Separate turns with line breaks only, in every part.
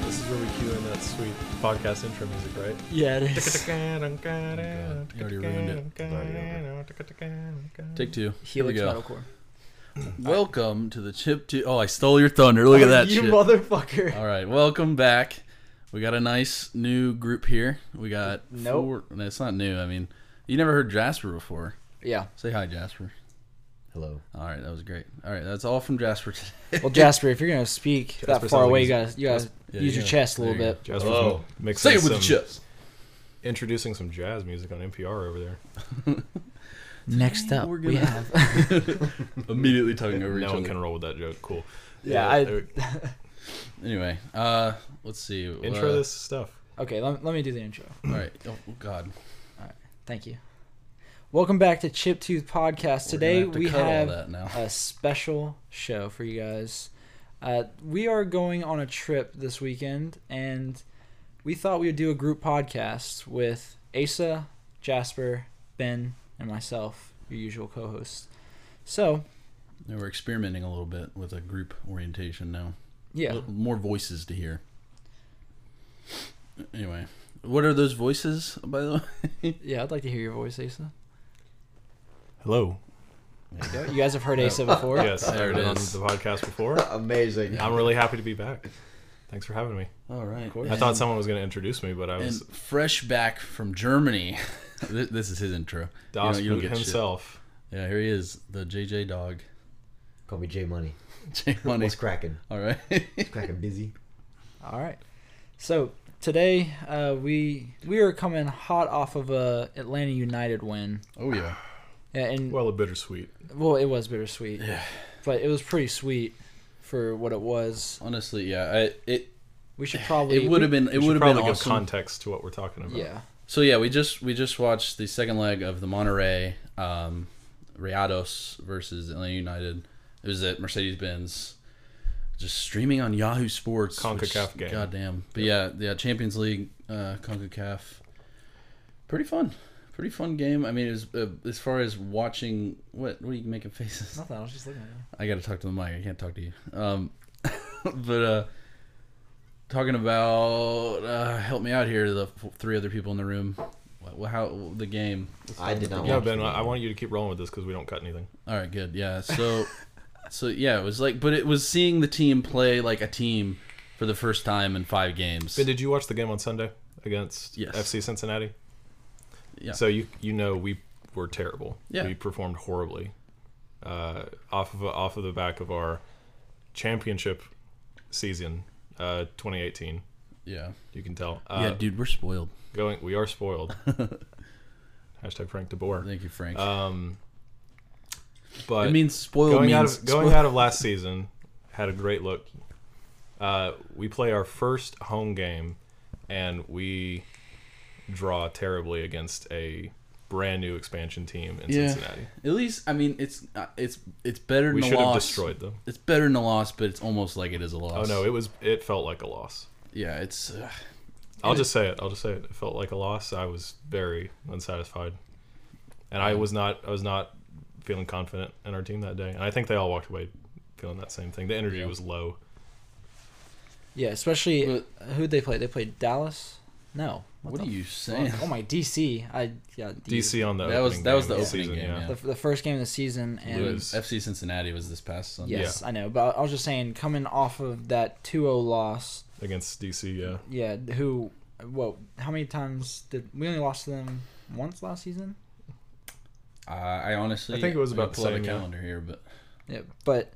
This is where we cue in that sweet podcast intro music, right?
Yeah, it is.
You
Oh You already ruined it. Take two. Here we
Helix
go.
Metalcore.
Welcome to the chip. To- oh, I stole your thunder. Look at that
You
shit.
motherfucker.
All right, welcome back. We got a nice new group here. We got
Nope.
four. No, it's not new. I mean, you never heard Jasper before.
Yeah.
Say hi, Jasper.
Hello.
All right, that was great. All right, that's all from Jasper today.
Well, Jasper, if you're gonna speak that
Jasper's
far
on
away, you
the-
gotta you gotta
Yeah,
use
you
your
gotta-
chest a little
there you
bit.
Jasper's
Hello.
mixing
Say it with
some,
the chips.
Introducing some jazz music on NPR over there.
Next up,
we're
we
gonna-
have.
Immediately talking over each
no
other.
one can roll with that joke. Cool.
Yeah, I-
there we-
Anyway, uh, let's see.
intro
uh,
this stuff.
Okay, let, let me do the intro.
All right. Oh God.
Thank you. Welcome back to Chip Tooth Podcast. Today
We're gonna have to
we
cut
have
all that now.
a special show for you guys. Uh, we are going on a trip this weekend, and we thought we would do a group podcast with Asa, Jasper, Ben, and myself, your usual co-host. So,
Yeah, we're experimenting a little bit with a group orientation now.
yeah,
L- more voices to hear. Anyway, what are those voices, by the way?
yeah, I'd like to hear your voice, Asa.
Hello.
You guys have heard Asa before.
Yes,
There
I've
it
been on
is.
the podcast before.
Amazing.
I'm really happy to be back. Thanks for having me.
All right.
I thought someone was going to introduce me, but I
And
was
fresh back from Germany. Th- this is his intro. You don't-
Das
you don't
Boot
get shit.
himself.
Yeah, here he is, the JJ dog.
Call me J Money.
J Money.
What's cracking?
All right.
Cracking busy.
All right. So today uh, we we are coming hot off of a Atlanta United win,
oh yeah.
yeah, and
Well, a bittersweet.
Well, it was bittersweet. But it was pretty sweet for what it was.
Honestly, yeah. I, it
We should probably.
it would have been it
We should
would have been
probably give
awesome.
context to what we're talking about.
Yeah.
So yeah, we just we just watched the second leg of the Monterey um, Riados versus Atlanta United. It was at Mercedes Benz, just streaming on Yahoo Sports. which-
CONCACAF game.
Goddamn. But yeah, yeah, Champions League, uh, Concacaf. Pretty fun, pretty fun game. I mean, it was, uh, as far as watching, what what are you making faces?
Nothing. I was just looking at it.
I got to talk to the mic. I can't talk to you. Um, but uh, talking about uh, help me out here. The f- three other people in the room. Wha- wha- How the game? Let's
I
talk
did
about
not
the
Yeah,
game.
watch
Ben,
the
I I
game.
want you to keep rolling with this because we don't cut anything.
All right, good. Yeah. So, so yeah, it was like, but it was seeing the team play like a team for the first time in five games.
Ben, did you watch the game on Sunday against
Yes.
FC Cincinnati?
Yeah.
So you you know we were terrible.
Yeah.
We performed horribly, uh, off of off of the back of our championship season, uh, 2018.
Yeah.
You can tell.
Yeah,
Uh,
dude, we're spoiled.
Going, we are spoiled. Hashtag Frank DeBoer.
Thank you, Frank.
Um, but
it means spoiled
going
means
out of going
spoiled.
out of last season had a great look. Uh, we play our first home game, and we draw terribly against a brand new expansion team in
Yeah.
Cincinnati.
At least, I mean, it's uh, it's it's better than
We
a
should have
loss.
destroyed them.
It's better than a loss, but it's almost like it is a
Oh
loss.
no, it was it felt like a loss.
yeah, it's. Uh,
I'll
And it-
just say it. I'll just say it. It felt like a loss. I was very unsatisfied, and I was not. I was not feeling confident in our team that day. And I think they all walked away feeling that same thing. The energy
Yeah.
was low.
Yeah, especially
But-
who they played. They played Dallas. No.
What are
the
you saying?
fuck? Oh my DC. I yeah. D-
DC on the
That was-
opening
that was
game
the
of
opening
season,
game, yeah.
The, the first game of the season and
It
Lose.
was FC Cincinnati was this past Sunday.
yes, I know. But I was just saying, coming off of that 2-0 loss,
against DC. Yeah,
yeah. Who? Well, how many times did we only lost to them once last season?
Uh, I honestly,
I think it was
I'm gonna
about the
pull out
same,
a
yeah.
calendar here, but
Yeah, but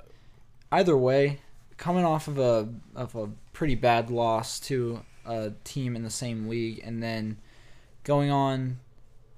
either way, coming off of a of a pretty bad loss to a team in the same league, and then going on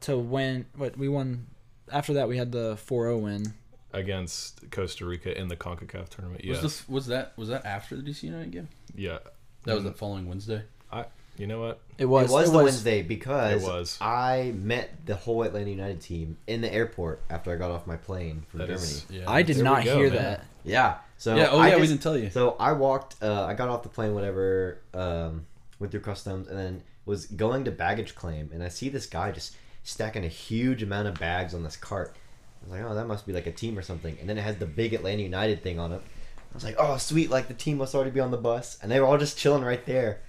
to win what we won. After that, we had the 4-0 win.
against Costa Rica in the Concacaf tournament. Yes,
was this- was that was that after the DC United game?
yeah.
That was the following Wednesday.
I. You know what?
It was
it was the Wednesday because
It was.
I met the whole Atlanta United team in the airport after I got off my plane from
That
Germany.
is-
Yeah,
I did
There we
not
go,
hear
man.
that.
Yeah. So
Yeah, oh
I
yeah, we
just-
didn't tell you.
So I walked. Uh, I got off the plane, whatever. Um, went through customs, and then was going to baggage claim, and I see this guy just stacking a huge amount of bags on this cart. I was like, oh, that must be like a team or something. And then it has the big Atlanta United thing on it. I was like, oh, sweet, like the team must already be on the bus, and they were all just chilling right there.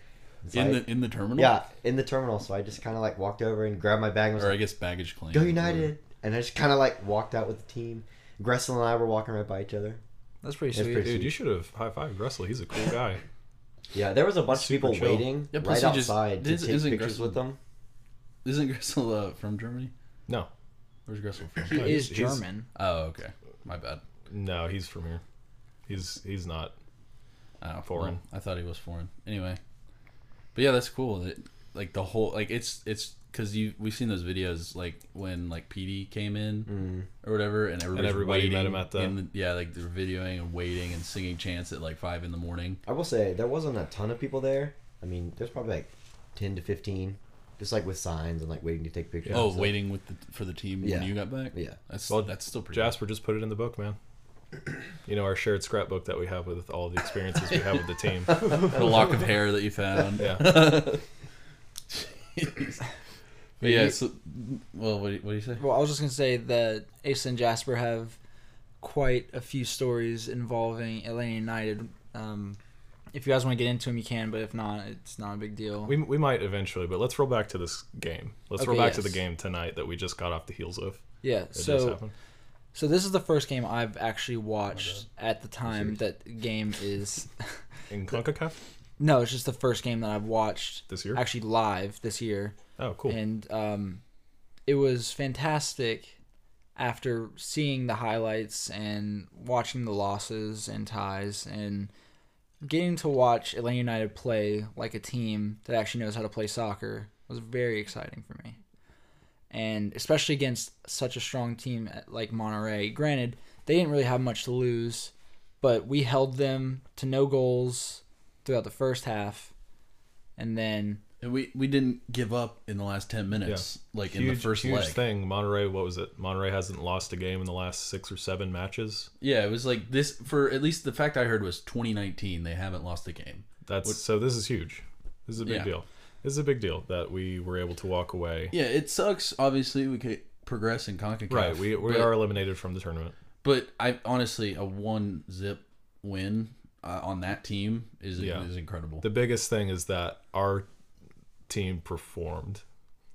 It's
in
like-
the in the terminal.
yeah, in the terminal. So I just kind of like walked over and grabbed my bag and was
or I
like,
guess baggage claim.
go United. And I just kind of like walked out with the team. Gressel and I were walking right by each other.
That's pretty
That's
sweet.
pretty-
Dude, you should have high fived Russell. He's a cool guy.
Yeah, there was a bunch of
Super
people
chill.
waiting
Yeah, plus
right
he just-
outside
isn't-
to take
isn't
pictures
Gressel-
with them.
Isn't Gressel uh, from Germany?
No.
Where's Gressel from?
He
No,
is
he's- he's-
German.
oh, okay. My bad.
No, he's from here. He's he's not.
Oh,
Foreign.
well, I thought he was foreign. Anyway, but yeah, that's cool. That, like the whole like it's it's because you we've seen those videos like when like PD came in
Mm.
or whatever, and everybody,
everybody met him at the-
yeah like they're videoing and waiting and singing chants at like five in the morning.
I will say there wasn't a ton of people there. I mean, there's probably like ten to fifteen, just like with signs and like waiting to take pictures.
oh,
So-
waiting with the for the team
Yeah.
when you got back.
Yeah.
that's
Well,
that's still pretty.
Jasper just put it in the book, man. You know, our shared scrapbook that we have with all the experiences we have with the team.
cool. the lock of hair that you found.
Yeah.
Jeez. But yeah, so well, what do you, what do you say?
Well, I was just gonna say that Ace and Jasper have quite a few stories involving Atlanta United. Um, if you guys want to get into them, you can, but if not, it's not a big deal.
We, we might eventually, but let's roll back to this game. Let's roll
Okay,
back to the
yes.
game tonight that we just got off the heels of.
yeah.
It just
so
happened.
so this is the first game I've actually watched
Oh
at the time that game is.
in CONCACAF
no, it's just the first game that I've watched
this year.
actually live this year.
Oh, cool.
and um, it was fantastic after seeing the highlights and watching the losses and ties and getting to watch Atlanta United play like a team that actually knows how to play soccer was very exciting for me. And especially against such a strong team at- like Monterey. Granted, they didn't really have much to lose, but we held them to no goals throughout the first half. And then
And we we didn't give up in the last ten minutes, like in the first
huge
leg.
thing. Monterey, what was it? Monterey hasn't lost a game in the last six or seven matches.
Yeah, it was like this for at least the fact I heard was 2019. They haven't lost a game.
That's so. This is huge. This is a big
Yeah.
deal. This is a big deal that we were able to walk away.
Yeah, it sucks. Obviously, we could progress in Concacaf.
Right, we, we
but,
are eliminated from the tournament.
But I honestly, a one zip win uh, on that team is
Yeah.
is incredible.
The biggest thing is that our team performed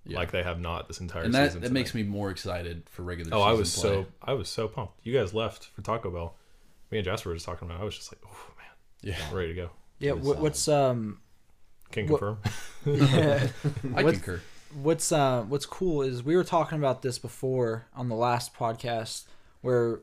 Yeah.
like they have not this entire
and
season.
that that makes me more excited for regular.
Oh,
season
I was
play.
so I was so pumped. You guys left for Taco Bell. Me and Jasper were just talking about. It. I was just like, oh man,
yeah.
I'm ready to go.
yeah,
was
what,
solid.
what's um
Can
What-
confirm.
I
What's-
concur.
what's uh what's cool is we were talking about this before on the last podcast where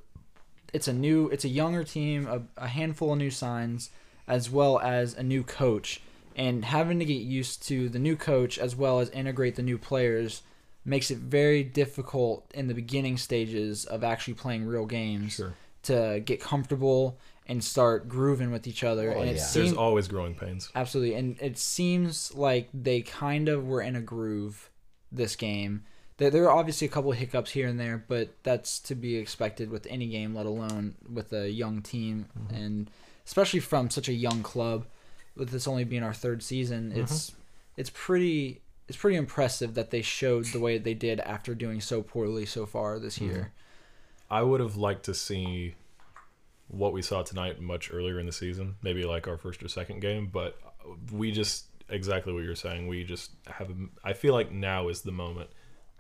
it's a new it's a younger team a, a handful of new signs as well as a new coach and having to get used to the new coach as well as integrate the new players makes it very difficult in the beginning stages of actually playing real games
Sure.
to get comfortable and start grooving with each other
Oh,
and it
yeah.
There's
seems
always growing pains.
Absolutely. And it seems like they kind of were in a groove this game. There, there are obviously a couple of hiccups here and there, but that's to be expected with any game, let alone with a young team. And especially from such a young club, with this only being our third season, it's it's pretty it's pretty impressive that they showed the way they did after doing so poorly so far this year.
I would have liked to see what we saw tonight much earlier in the season, maybe like our first or second game, but we just exactly what you're saying. We just have I feel like now is the moment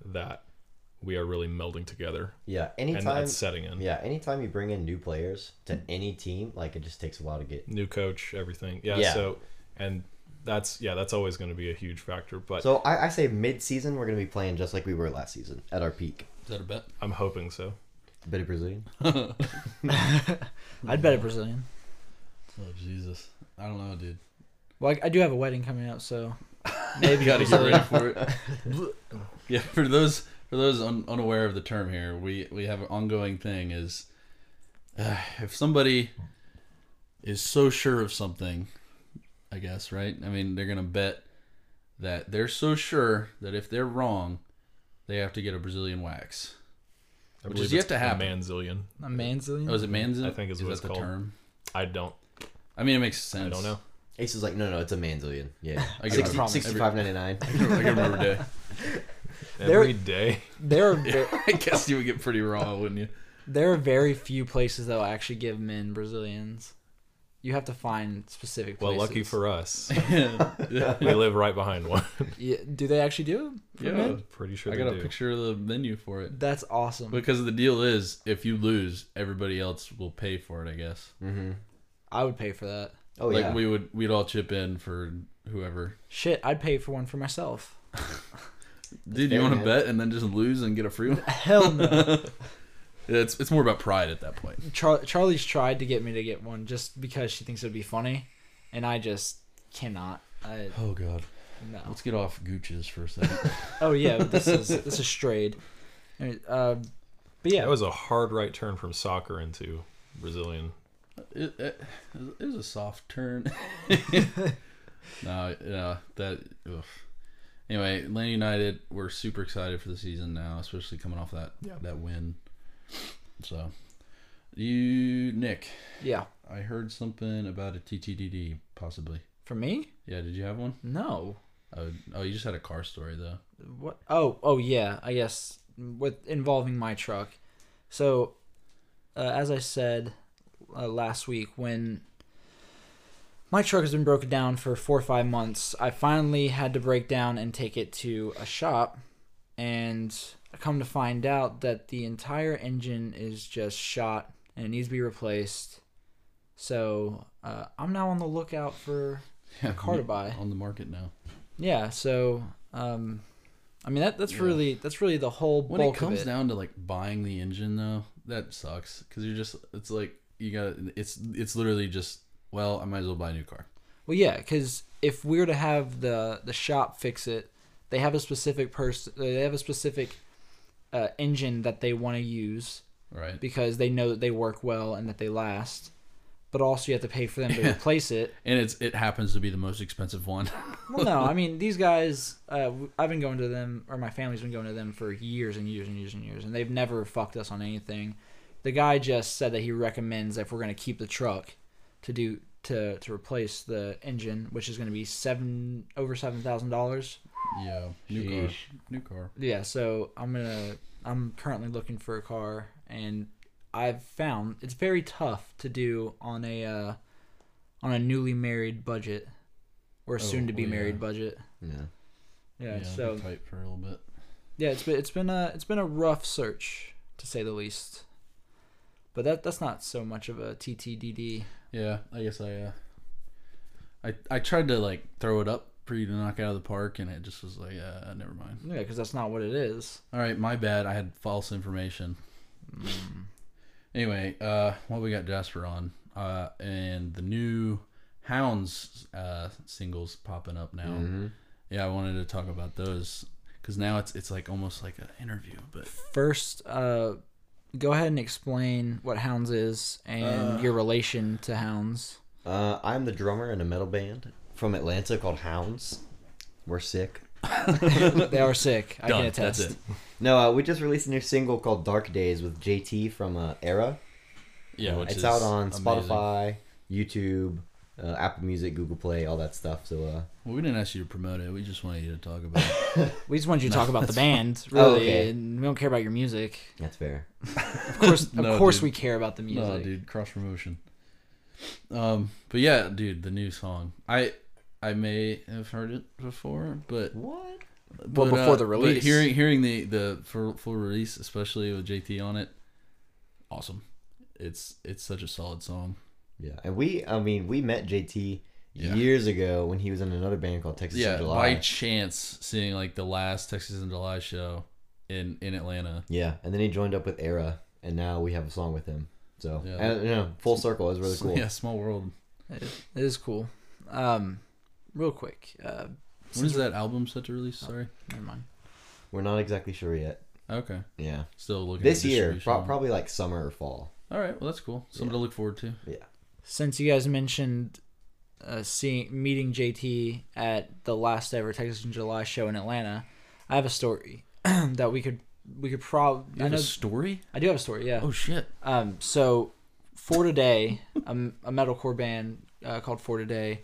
that we are really melding together
Yeah,
and
anytime.
that's setting in.
Yeah, anytime you bring in new players to any team, like it just takes a while to get.
New coach, everything. Yeah,
Yeah.
so and that's yeah, that's always going to be a huge factor, but
So I, I say mid-season we're gonna be playing just like we were last season at our peak.
Is that a bet?
I'm hoping so.
Bit of Brazilian.
I'd bet a Brazilian.
Oh Jesus, I don't know, dude.
Well, I, I do have a wedding coming up, so
Maybe gotta get ready for it. yeah, for those for those un, unaware of the term here, we we have an ongoing thing is uh, if somebody is so sure of something, I guess right. I mean, they're gonna bet that they're so sure that if they're wrong, they have to get a Brazilian wax.
I
Which
believe
is yet
it's
to
a
happen.
manzillion.
a manzillion.
Oh, is it manzin?
I think is what
that
it's
the
called.
term.
I don't
I mean, it makes sense.
I don't know.
Ace is like, no, no, it's a manzillion. Yeah,
I get it. I
Sixty-
promise.
65.99.
I can remember day.
every
There-
day.
There are ve-
I guess you would get pretty raw, wouldn't you?
there are very few places that will actually give men Brazilians. You have to find specific
Well,
places.
lucky for us,
yeah.
we live right behind one.
Yeah, do they actually do 'em for men?
Pretty sure
I
they
got a
do.
picture of the menu for it.
That's awesome.
Because the deal is, if you lose, everybody else will pay for it. I guess.
I would pay for that.
Mm-hmm. Oh
like
yeah.
we would, we'd all chip in for whoever.
Shit, I'd pay for one for myself.
Dude, you
fair,
want to
man.
bet and then just lose and get a free one?
Hell no.
It's it's more about pride at that point.
Char- Charlie's tried to get me to get one just because she thinks it would be funny, and I just cannot. I
Oh God,
no.
let's get off Gooch's for a second.
Oh yeah, this is this is strayed. And, Uh, but yeah,
That was a hard right turn from soccer into Brazilian.
it, it, it was a soft turn. no, yeah, that. Oof. Anyway, Atlanta United, we're super excited for the season now, especially coming off that
Yeah.
that win. So, you Nick,
yeah.
I heard something about a TTDD possibly.
For me,
Yeah, did you have one?
no.
Oh, oh you just had a car story though.
What? Oh, oh yeah. I guess with involving my truck. So, uh, as I said uh, last week, when my truck has been broken down for four or five months, I finally had to break down and take it to a shop, and I come to find out that the entire engine is just shot and it needs to be replaced. So uh, I'm now on the lookout for
Yeah,
car to buy.
on the market now.
Yeah, so um I mean that that's really that's really the whole
When
bulk
it comes
of it.
down to like buying the engine though, that sucks because you're just it's like you got to it's it's literally just well I might as well buy a new car.
Well, yeah, cuz if we were to have the the shop fix it, they have a specific person they have a specific uh, engine that they want to use
Right.
because they know that they work well and that they last. But also you have to pay for them to replace it.
and it's it happens to be the most expensive one.
Well, no, I mean these guys uh, w- I've been going to them or my family's been going to them for years and years and years and years and they've never fucked us on anything. the guy just said that he recommends if we're going to keep the truck to do to to replace the engine which is going to be seven over seven thousand dollars
yeah. New car. New car.
yeah so i'm gonna i'm currently looking for a car and i've found it's very tough to do on a uh on a newly married budget or soon to be
well, yeah.
married budget
yeah.
yeah,
it'd be
so
tight for a little bit.
yeah it's been it's been a it's been a rough search to say the least but that that's not so much of a ttdd
Yeah, I guess I uh I I tried to like throw it up for you to knock out of the park and it just was like uh never mind.
Yeah, because that's not what it is.
All right, my bad. I had false information.
Mm.
anyway, uh, what we got Jasper on, uh, and the new Hounds uh, singles popping up now.
Mm-hmm.
Yeah, I wanted to talk about those because now it's it's like almost like an interview, but
First, uh, go ahead and explain what hounds is and your relation to hounds.
Uh, I'm the drummer in a metal band from Atlanta called Hounds. We're sick.
they are sick. I can
done.
attest.
That's it.
No, uh, we just released a new single called Dark Days with JT from uh, Era.
Yeah,
Uh,
which
it's
is
out on
amazing.
Spotify, YouTube, uh, Apple Music, Google Play, all that stuff. So, uh,
Well, we didn't ask you to promote it. We just wanted you to talk about it.
We just wanted you to talk about the band, really.
Oh, okay.
and we don't care about your music.
that's fair.
Of course, of
No,
course,
dude.
we care about the music.
No, dude, cross promotion. Um, but yeah, dude, the new song. I I may have heard it before, but
What?
Well, before the
but
release.
hearing hearing the the full, full release, especially with JT on it, awesome. It's it's such a solid song.
Yeah. And we, I mean, we met JT
Yeah.
years ago when he was in another band called Texas
yeah,
in July.
by chance seeing like the last Texas in July show in in Atlanta.
yeah. And then he joined up with Era, and now we have a song with him. So,
Yeah,
I don't know, full circle is really cool.
Yeah, small world.
It it is cool. Um, real quick. Uh,
When is that album set to release? Sorry.
never mind.
We're not exactly sure yet.
Okay,
Yeah.
still looking
This
at
year,
distribution.
pro- probably like summer or fall.
All right, well that's cool. Something to look forward to.
Yeah.
Since you guys mentioned uh, seeing meeting JT at the last ever Texas in July show in Atlanta, I have a story that we could we could probably.
You
I
have
know
a story?
I do have a story. Yeah.
Oh shit!
Um, so for today, a, a metalcore band uh, called For Today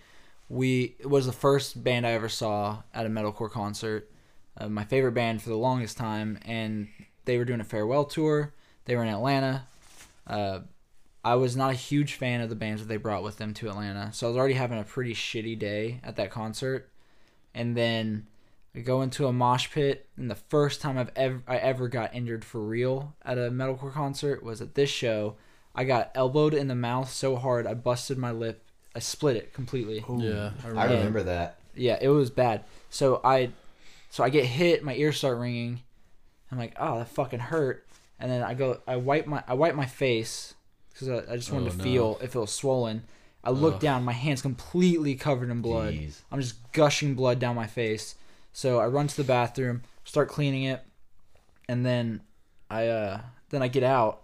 we it was the first band I ever saw at a metalcore concert. Uh, my favorite band for the longest time, and they were doing a farewell tour. They were in Atlanta. Uh, I was not a huge fan of the bands that they brought with them to Atlanta, so I was already having a pretty shitty day at that concert. And then I go into a mosh pit, and the first time I've ever I ever got injured for real at a metalcore concert was at this show. I got elbowed in the mouth so hard I busted my lip. I split it completely.
Yeah,
I remember that.
Yeah, it was bad. So I, so I get hit. My ears start ringing. I'm like, oh, that fucking hurt. And then I go, I wipe my, I wipe my face because I, I just wanted
Oh,
to
no.
feel if it was swollen. I look
Ugh.
down. My hand's completely covered in blood.
Jeez.
I'm just gushing blood down my face. So I run to the bathroom, start cleaning it, and then I, uh, then I get out.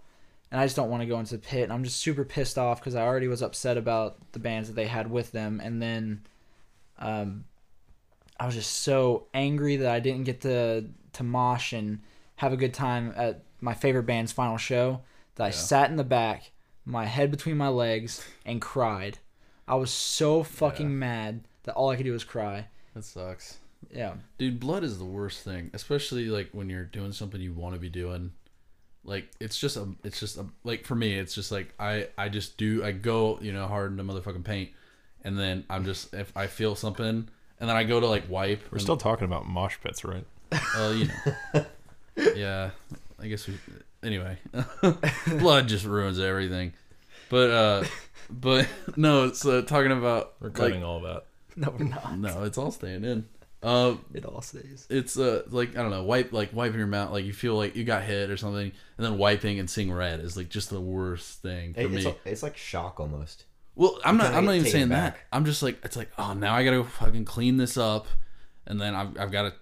And I just don't want to go into the pit. And I'm just super pissed off because I already was upset about the bands that they had with them. And then um, I was just so angry that I didn't get to to mosh and have a good time at my favorite band's final show. That I sat in the back, my head between my legs, and cried. I was so fucking mad that all I could do was cry.
that sucks.
Yeah,
Dude, blood is the worst thing, especially like when you're doing something you want to be doing. Like it's just a, it's just a, like for me, it's just like I, I just do, I go, you know, hard into motherfucking paint, and then I'm just if I feel something, and then I go to like wipe.
We're still talking about mosh pits, right?
Oh, you know. yeah, I guess we. Anyway, blood just ruins everything. But uh, but no, it's uh, talking about
We're
like-
cutting all that.
no, we're not.
no, it's all staying in. Uh,
It all stays.
it's uh like I don't know, wipe like wiping your mouth, like you feel like you got hit or something, and then wiping and seeing red is like just the worst thing for
It-
me.
it's, al- it's like shock almost.
Well, I'm not.
kinda
I'm
get
not even
taken
saying that.
back.
I'm just like it's like oh now I gotta go fucking clean this up, and then I've, I've got to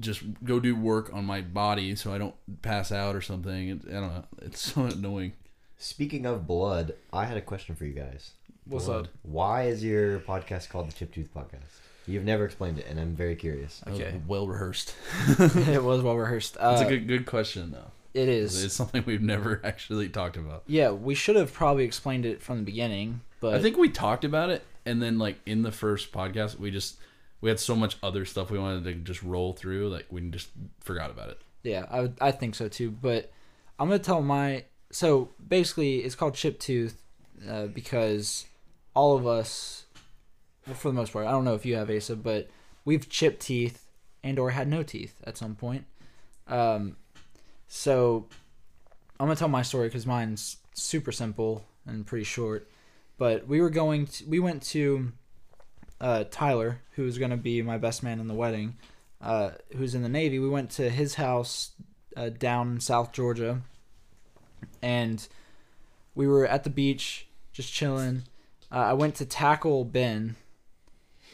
just go do work on my body so I don't pass out or something. It, I don't know. It's so annoying.
Speaking of blood, I had a question for you guys.
What's
Blood.
up?
Why is your podcast called the Chiptooth Podcast? You've never explained it, and I'm very curious.
That was
Okay.
well rehearsed.
it was well rehearsed. Uh,
That's a good good question though.
it is.
It's something we've never actually talked about.
Yeah, we should have probably explained it from the beginning, but
I think we talked about it, and then like in the first podcast, we just we had so much other stuff we wanted to just roll through, like we just forgot about it.
Yeah, I, would, I think so too. But I'm gonna tell my so basically it's called chip tooth uh, because all of us, well, for the most part, I don't know if you have Asa, but we've chipped teeth and or had no teeth at some point. Um, so I'm gonna tell my story because mine's super simple and pretty short. But we were going, to, we went to uh, Tyler, who was gonna be my best man in the wedding uh, who's in the Navy, we went to his house uh, down in South Georgia, and we were at the beach just chilling. Uh, I went to tackle Ben,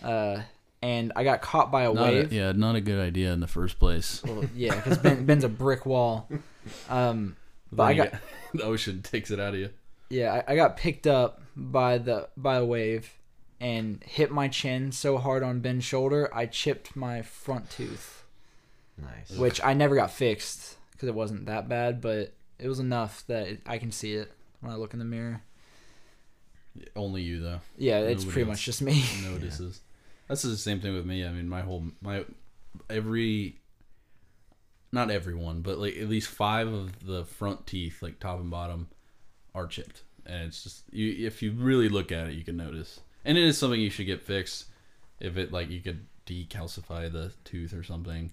uh, and I got caught by a
Not a,
wave.
yeah, not a good idea in the first place.
Well, yeah, because ben, Ben's a brick wall. Um, but I
Then
got
you the ocean takes it out of you.
yeah, I, I got picked up by the by a wave and hit my chin so hard on Ben's shoulder, I chipped my front tooth.
Nice.
which I never got fixed because it wasn't that bad, but it was enough that it, I can see it when I look in the mirror.
Only you though.
Yeah, it's
Nobody
pretty
else.
much just me.
notices. That's the same thing with me. I mean, my whole my every not everyone, but like at least five of the front teeth, like top and bottom, are chipped, and it's just you. If you really look at it, you can notice, and it is something you should get fixed. If it like you could decalcify the tooth or something,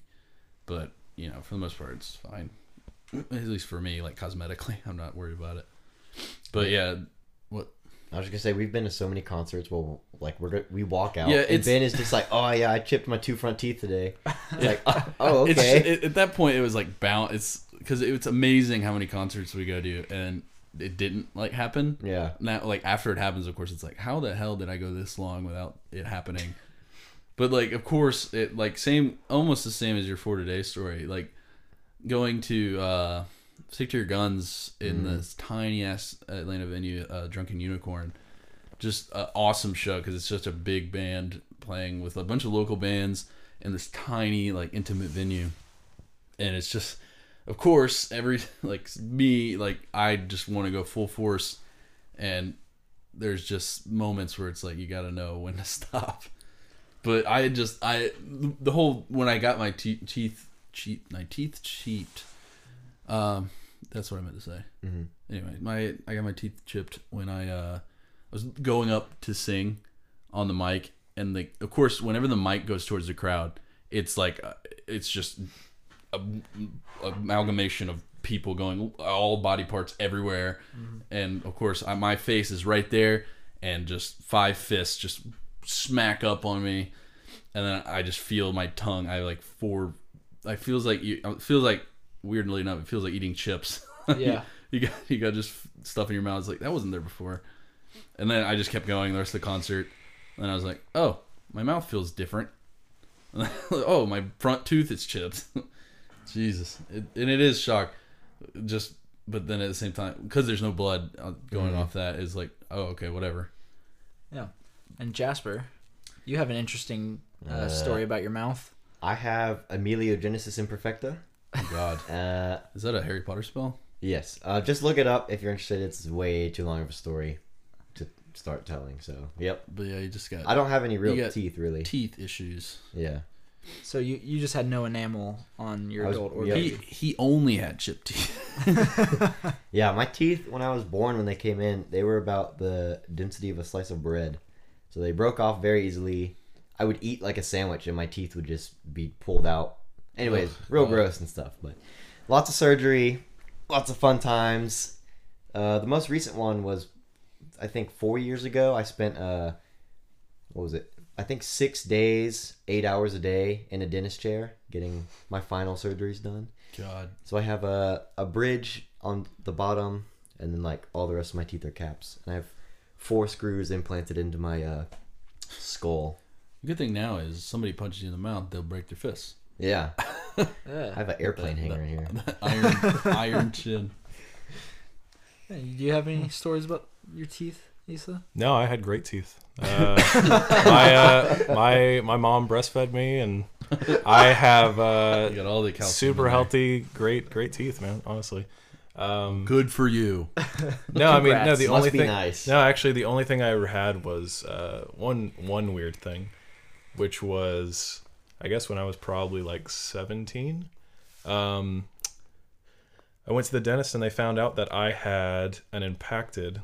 but you know, for the most part, it's fine. At least for me, like cosmetically, I'm not worried about it. But yeah, what
I was just gonna say we've been to so many concerts where like we're go- we walk out
Yeah,
and
it's-
Ben is just like, oh yeah, I chipped my two front teeth today. It's like, oh, oh,
It's-
okay.
it- at that point, it was like bound. It's because it's amazing how many concerts we go to, and it didn't like happen.
yeah,
Now, like after it happens, of course, it's like how the hell did I go this long without it happening? but like, of course, it like same almost the same as your four today story. Like going to uh, stick to your guns in this tiny ass Atlanta venue, uh, Drunken Unicorn. Just an awesome show because it's just a big band playing with a bunch of local bands in this tiny like intimate venue, and it's just, of course, every like me like I just want to go full force, and there's just moments where it's like you got to know when to stop. But I just I the whole when I got my te- teeth cheap my teeth cheaped. Um, that's what I meant to say. Anyway, my I got my teeth chipped when I uh I was going up to sing on the mic, and the of course whenever the mic goes towards the crowd, it's like uh, it's just a, amalgamation of people going all body parts everywhere and of course I, my face is right there and just five fists just smack up on me and then i just feel my tongue i like four i feels like you it feels like weirdly enough it feels like eating chips
Yeah.
you got you got just stuff in your mouth it's like that wasn't there before and then i just kept going the rest of the concert and i was like oh my mouth feels different oh my front tooth is chipped Jesus, it, and it is shock. Just, but then at the same time, because there's no blood uh, going off that, is like, oh, okay, whatever.
Yeah. And Jasper, you have an interesting uh,
Uh,
story about your mouth.
I have Ameliogenesis imperfecta.
Oh, God,
Uh,
is that a Harry Potter spell?
yes, uh, just look it up if you're interested. It's way too long of a story to start telling. So, yep.
But yeah, you just got
I don't have any real
got
teeth, really.
teeth issues.
yeah.
So you, you just had no enamel on your
I was-
adult
yeah.
organ.
He he only had chipped teeth.
Yeah, my teeth when I was born when they came in, they were about the density of a slice of bread. So they broke off very easily. I would eat like a sandwich and my teeth would just be pulled out. Anyways,
Ugh,
real
God.
gross and stuff, but lots of surgery, lots of fun times. Uh, the most recent one was I think 4 years ago. I spent uh what was it? I think 6 days, 8 hours a day in a dentist chair getting my final surgeries done.
God,
So I have a, a bridge on the bottom, and then like all the rest of my teeth are caps, and I have four screws implanted into my uh, skull.
the good thing now is somebody punches you in the mouth, they'll break their fists.
Yeah, I
Yeah.
have an airplane hanger in here.
iron iron chin.
Yeah, Do you have any stories about your teeth, Issa?
No, I had great teeth. Uh, my, uh, my my mom breastfed me, and I have uh,
You got all the calcium. in
super
there.
healthy, great great teeth, man. Honestly, um,
Good for you.
no, I mean no.
Congrats.
The
Must
only
be
thing,
nice.
no, actually, the only thing I ever had was uh, one one weird thing, which was I guess when I was probably like seventeen. Um, I went to the dentist and they found out that I had an impacted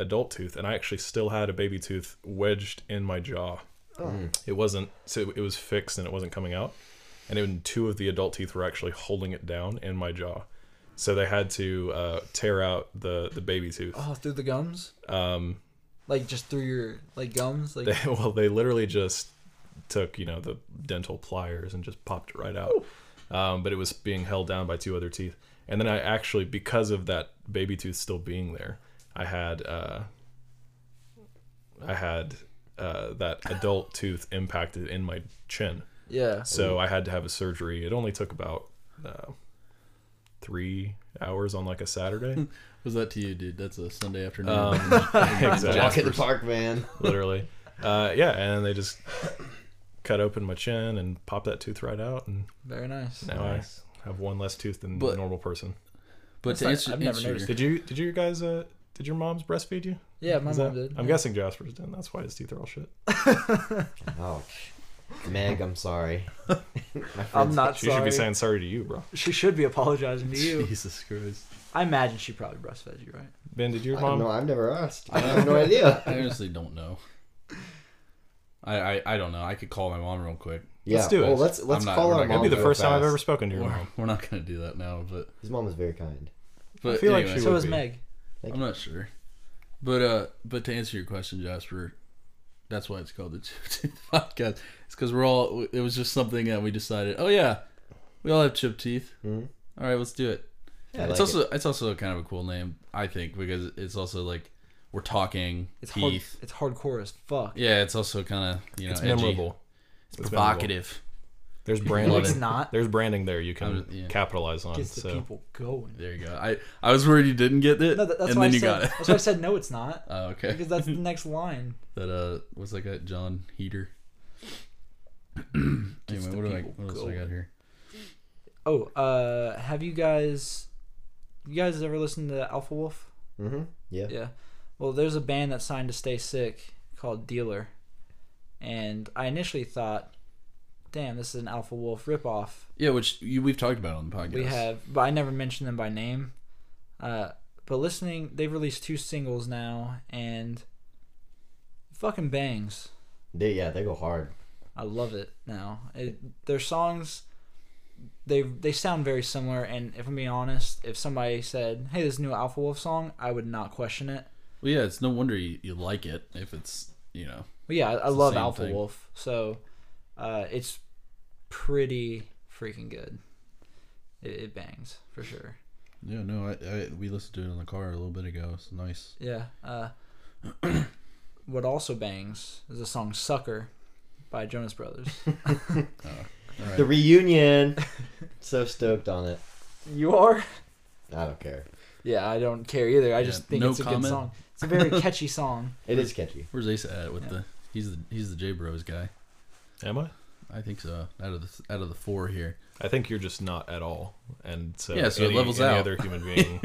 adult tooth, and I actually still had a baby tooth wedged in my jaw. It wasn't so it was fixed and it wasn't coming out, and even two of the adult teeth were actually holding it down in my jaw. So they had to uh, tear out the, the baby tooth.
Oh, through the gums?
Um,
Like just through your like gums? Like
they, well, they literally just took you know the dental pliers and just popped it right out. Um, but it was being held down by two other teeth. And then I actually, because of that baby tooth still being there, I had uh, I had uh, that adult tooth impacted in my chin.
yeah.
So I had to have a surgery. It only took about uh, three hours on like a Saturday.
Was that to you, dude? That's a Sunday afternoon.
exactly.
Walk in the park, man.
literally. Uh, yeah, and then they just cut open my chin and pop that tooth right out, and
Very nice.
now
Nice.
I have one less tooth than
But-
a normal person.
but
That's
to
not-
answer,
I've never
answer your-
noticed
Did you? Did you guys? Uh, did your moms breastfeed you?
Yeah, my
Is
mom
that-
did.
I'm
yeah.
guessing Jasper's did. That's why his teeth are all shit.
Ouch, Meg, I'm sorry. my
I'm
friends-
not
She should
sorry.
be saying sorry to you, bro.
she should be apologizing to you.
Jesus Christ.
I imagine she probably breastfed you, right?
Ben, did your
I don't know.
mom?
I've never asked. I have no idea.
I honestly don't know. I, I, I don't know. I could call my mom real quick.
Yeah.
do it.
Well, let's let's
I'm not-
call
we're
our
not gonna
mom.
That'd be the
real
first time I've
fast.
ever spoken to your
We're,
mom.
we're not gonna do that now, but
His mom is very kind.
but
feel like
anyway,
she
So
would
is
be.
Meg.
I'm not sure. But uh, but to answer your question, Jasper, that's why it's called the Chipped Teeth Podcast. It's because we're all. It was just something that we decided. Oh yeah, we all have chipped teeth.
Hmm?
Mhm.
All right, let's do it.
Yeah, I
it's
like
also it's also kind of a cool name, I think, because it's also like we're talking
It's hard
teeth.
it's hardcore as fuck.
Yeah, it's also kind of you know
It's
edgy.
memorable. It's memorable.
provocative.
There's
No,
branding.
it's not.
There's branding there you can
I'm- yeah.
capitalize on.
Gets the
So
people going.
There you go. I I was worried you didn't get it,
No, that, that's
and
why
then
I
you
said,
got it.
That's why I said no it's not.
Oh, okay.
Because that's the next line.
that uh, what's that guy? John Heater.
Gets
anyway,
the
what, do I,
people
what else do I got
going.
here?
Oh, uh have you guys you guys ever listened to Alpha Wolf?
Mm-hmm. Yeah.
Yeah. Well, there's a band that signed to Stay Sick called Dealer, and I initially thought, "Damn, this is an Alpha Wolf ripoff."
Yeah, which you, we've talked about on the podcast.
We have, but I never mentioned them by name. Uh, but listening, they've released two singles now, and fucking bangs.
They yeah, they go hard.
I love it now. It, their songs, they they sound very similar. And if I'm being honest, if somebody said, "Hey, this new Alpha Wolf song," I would not question it.
Well, yeah, it's no wonder you, you like it if it's you know.
But yeah, I, I
the
love
same
Alpha
thing.
Wolf, so uh, it's pretty freaking good. It, it bangs for sure.
Yeah, no, I, I we listened to it in the car a little bit ago. It's nice.
Yeah. Uh, what also bangs is the song "Sucker" by Jonas Brothers.
The reunion. so stoked on it.
you are.
I don't care.
Yeah, I don't care either. I just
Yeah,
think
no
it's a
comment.
good song. It's a very catchy song.
It is catchy.
Where's Asa at with
Yeah.
the? He's the he's the J Bros guy.
Am I?
I think so. Out of the out of the four here,
I think you're just not at all. And so,
Yeah, so it
any,
levels
any
out.
other human being.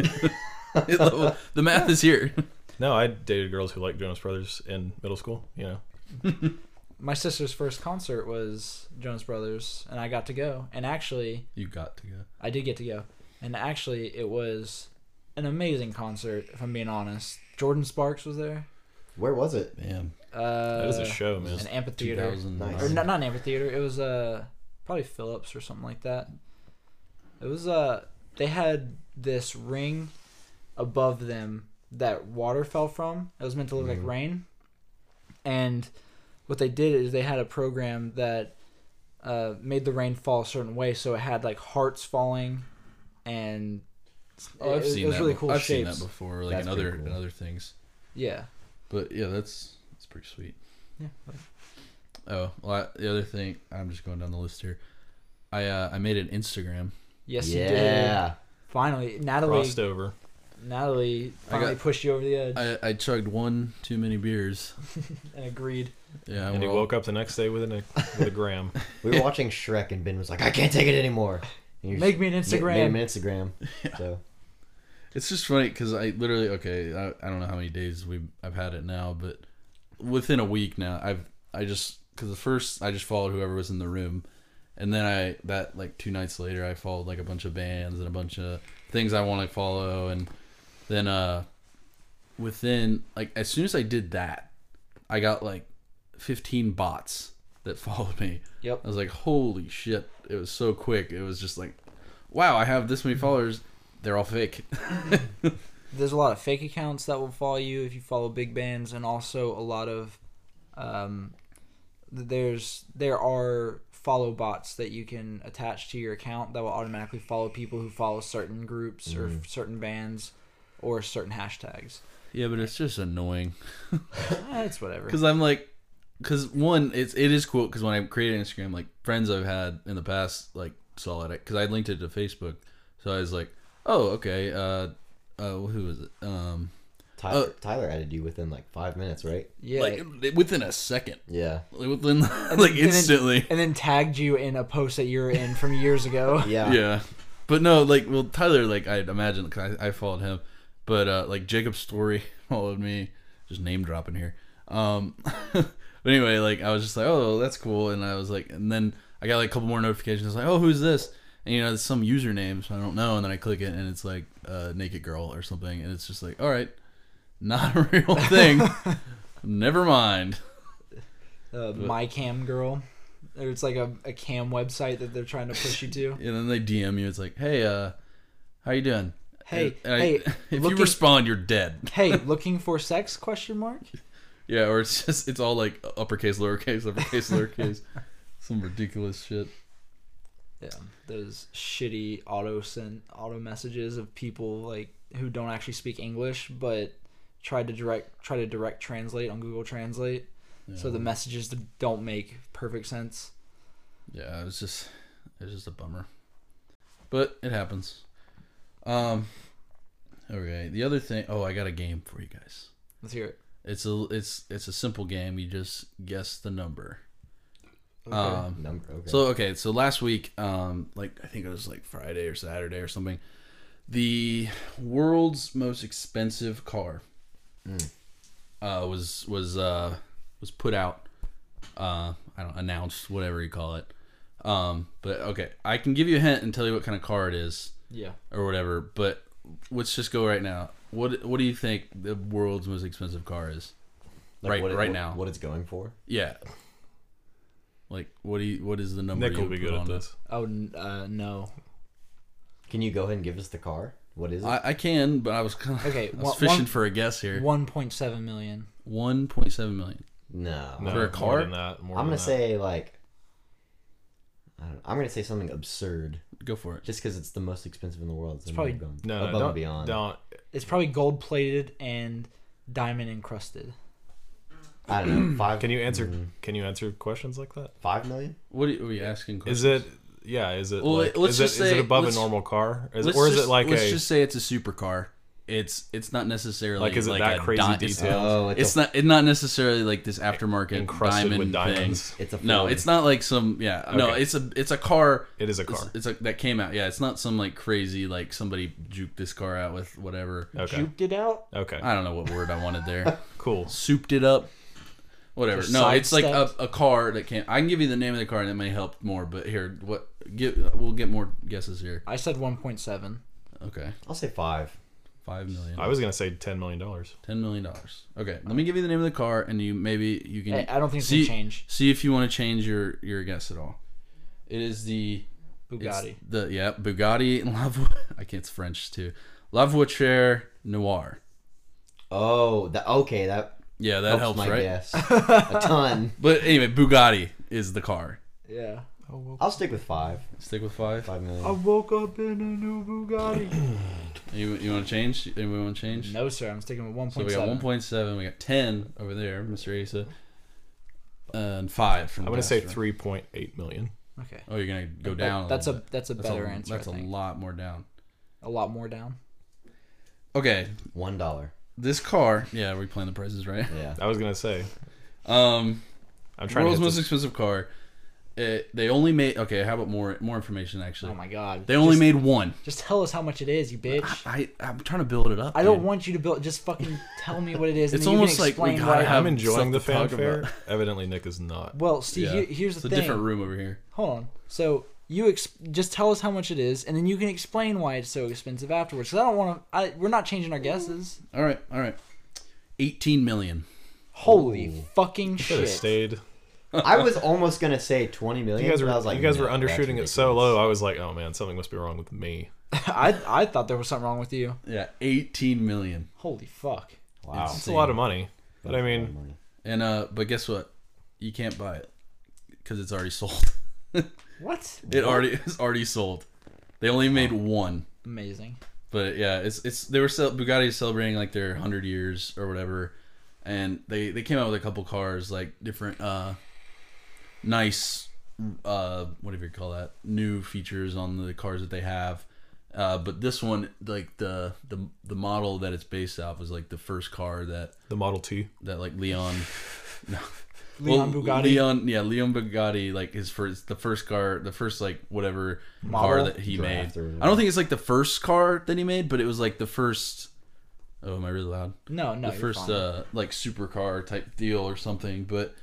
It level- the math is here.
no, I dated girls who liked Jonas Brothers in middle school, you know.
My sister's first concert was Jonas Brothers, and I got to go. And actually,
You got to go.
I did get to go. And actually, it was an amazing concert. If I'm being honest, Jordan Sparks was there.
Where was it?
Damn,
Uh,
That is a show, man.
An amphitheater.
2000.
Nice.
or not, not an amphitheater. It was uh probably Phillips or something like that. It was uh they had this ring above them that water fell from. It was meant to look
Mm-hmm.
like rain, and what they did is they had a program that uh, made the rain fall a certain way, so it had like hearts falling, and
Oh, I've
it,
seen
it was
that.
really
bef-
cool
I've
shapes.
seen that before, like
That's
in other
pretty
in
cool.
other things.
Yeah,
But yeah, that's that's pretty sweet.
yeah.
Oh, well, I, the other thing, I'm just going down the list here. I uh, I made an Instagram.
Yes, you did.
yeah.
Finally, Natalie.
Crossed over.
Natalie
I
finally
got-
pushed you over the edge
I, I chugged one too many beers.
and agreed.
Yeah,
And he
we're all-
woke up the next day with, an, with a gram.
We were watching Shrek and Ben was like, I can't take it anymore. And you
Make me an
just ma-
Instagram.
Made him an Instagram. So
It's just funny because I literally okay. I, I don't know how many days we I've had it now, but within a week now, I've I just because the first I just followed whoever was in the room, and then I that like two nights later I followed like a bunch of bands and a bunch of things I want to follow, and then uh within like as soon as I did that, I got like fifteen bots that followed me.
Yep.
I was like, holy shit! It was so quick. It was just like, wow, I have this many followers. They're all fake.
There's a lot of fake accounts that will follow you if you follow big bands, and also a lot of um, th- there's there are follow bots that you can attach to your account that will automatically follow people who follow certain groups or f- certain bands or certain hashtags.
Yeah, but it's just annoying
Eh, it's whatever.
because I'm like, because one, it's it is cool because when I created Instagram, like friends I've had in the past, like saw it because I linked it to Facebook, so I was like, oh okay, uh, uh who was it? Um,
Tyler, Tyler added you within like five minutes, right?
Yeah.
like within a second,
Yeah.
like, within like
then-
instantly,
and then tagged you in a post that you were in from years ago.
Yeah.
yeah. But no, like well, Tyler, like I imagine, cause I, I followed him, but uh like Jacob's story followed me, just name dropping here. Um, but anyway, like I was just like, oh, that's cool, and I was like, and then I got like a couple more notifications, like, oh, who's this? And you know, it's some username, so I don't know, and then I click it, and it's like uh, naked girl or something, and it's just like, all right, not a real thing. Never mind.
Uh, My Cam Girl. Or It's like a, a cam website that they're trying to push you to.
And then they DM you. It's like, hey, uh, how you doing?
Hey,
And I-
hey,
if
looking-
you respond, you're dead.
hey, looking for sex? Question mark.
Yeah, or it's just it's all like uppercase, lowercase, uppercase, lowercase, some ridiculous shit.
Yeah, those shitty auto send auto messages of people like who don't actually speak English but try to direct try to direct translate on Google Translate. So the messages d- don't make perfect sense.
Yeah, it was just it was just a bummer, but it happens. Um, okay. The other thing, oh, I got a game for you guys.
Let's hear it.
It's a it's it's a simple game. You just guess the number.
Uh,
Um, Number, okay.
So okay, so last week, um, like I think it was like Friday or Saturday or something, the world's most
Mm.
expensive car uh, was was uh, was put out uh, I don't announced whatever you call it. Um, but okay, I can give you a hint and tell you what kind of car it is
Yeah.
or whatever. But let's just go right now. What What do you think the world's most expensive car is?
Like
right,
what it-
right
what-
now.
What it's going for?
Yeah. Like what do you? What is the number?
Nick
you
will
would
be
put
good at
on it?
this.
Oh n- uh, no.
Can you go ahead and give us the car? What is it?
I, I can, but I was kind of
Okay,
I was
one-
fishing
one-
for a guess here.
One point seven million.
One point seven million.
no.
No,
For a
More
car?
than that, more
I'm
than
gonna
that.
say like. I don't, I'm gonna say something absurd,
Go for it.
just because it's the most expensive in the world. It's
probably-
going
no, no,
above
don't,
and beyond.
Don't.
It's probably gold plated and diamond encrusted.
I don't know. Five?
Can you answer?
Mm.
Can you answer questions like that?
Five million?
What are you, are you asking?
Is it? Yeah. Is it?
Well,
like,
let's
is,
just
it, is
say-
it above a
let's-
normal car? Is,
Let's
or is
just-
it like
let's
a?
just say it's a supercar. It's it's not necessarily
Like, is it that
a
crazy
it's-
detail?
Oh,
It's,
it's, a-
not it's not necessarily like this aftermarket
Encrusted
diamond
with diamonds.
thing.
It's a
no.
Ford.
It's not like some yeah. No,
Okay.
it's a it's a car.
It is a
It's,
car.
it's a that came out. Yeah, it's not some like crazy like somebody juked this car out with whatever.
okay.
Juked it out.
Okay.
I don't know what word I wanted there.
cool.
Souped it up. Whatever.
Just
no, it's like a,
sidestepped.
a car that can't. I can give you the name of the car and it may help more. But here, what get we'll get more guesses here.
I said one point seven.
Okay,
I'll say five.
five million.
I was gonna say ten million dollars.
Ten million dollars. Okay, let me give you the name of the car, and you maybe you can.
Hey, I don't think it's
see,
gonna change.
See if you want to change your your guess at all. It is the it's
Bugatti.
The yeah, Bugatti La Vo- I can't. It's French too. La Voiture Noire.
Oh, the, okay. That
Yeah, that helps,
helps, my
right?
guess a ton.
But anyway, Bugatti is the car.
Yeah.
I'll stick with five.
Stick with five.
Five million.
woke up in a new Bugatti.
You, you want to change? Anyone want to change?
no, sir. I'm sticking with one
So
point
we got
seven.
one point seven. We got ten over there, Mr. Asa, and five from.
I'm gonna say
Castro.
three point eight million.
Okay.
Oh, you're gonna go
That-
down.
that's
little
a
bit.
that's a
That's
better
a,
answer.
That's
I
a
think.
lot more down.
a lot more down.
Okay,
One dollar.
this car. Yeah, we're playing the prices right.
Yeah.
I was gonna say.
Um,
I'm trying
world's
to.
most
Hit
expensive car. It, they only made. Okay, how about more more information? Actually,
Oh my god.
they only
just,
made one.
Just tell us how much it is, you bitch.
I I'm trying to build it up.
I don't
dude.
want you to build. Just fucking tell me what it is. And
It's
then you
almost
can
like we
explain
gotta
why
this,
I-
I'm
have
enjoying the
stuff to talk
fanfare.
about.
Evidently, Nick is not.
Well, see,
Yeah.
here, here's
it's
the
a
thing.
different room over here.
Hold on. So you ex- just tell us how much it is, and then you can explain why it's so expensive afterwards. 'Cause I don't want to. I we're not changing our guesses.
All right, all right. Eighteen million.
Holy
Ooh.
fucking
Should have
shit!
stayed.
I was almost gonna say twenty million.
You guys
but
were.
I was like,
you guys
no,
were
that's
undershooting it so
ridiculous.
low. I was like, oh man, something must be wrong with me.
I I thought there was something wrong with you.
Yeah, eighteen million.
Holy fuck!
Wow.
It's a lot of money. But I mean,
And uh, but guess what? You can't buy it because it's already sold.
What?
It already it's already sold. They only made one.
Amazing.
But yeah, it's it's they were cel- Bugatti is celebrating like their hundred years or whatever, and they they came out with a couple cars like different uh, nice uh whatever you call that new features on the cars that they have. Uh, but this one, like the the the model that it's based off, was like the first car that
the Model T.
that like Leon, no,
Leon Bugatti.
Leon, yeah, Leon Bugatti, like his first, the first car, the first like whatever car
Model?
that he
Draft
made.
or
I don't think it's like the first car that he made, but it was like the first. Oh, am I really loud?
No, no.
the first
Fine.
uh like supercar type deal or something. But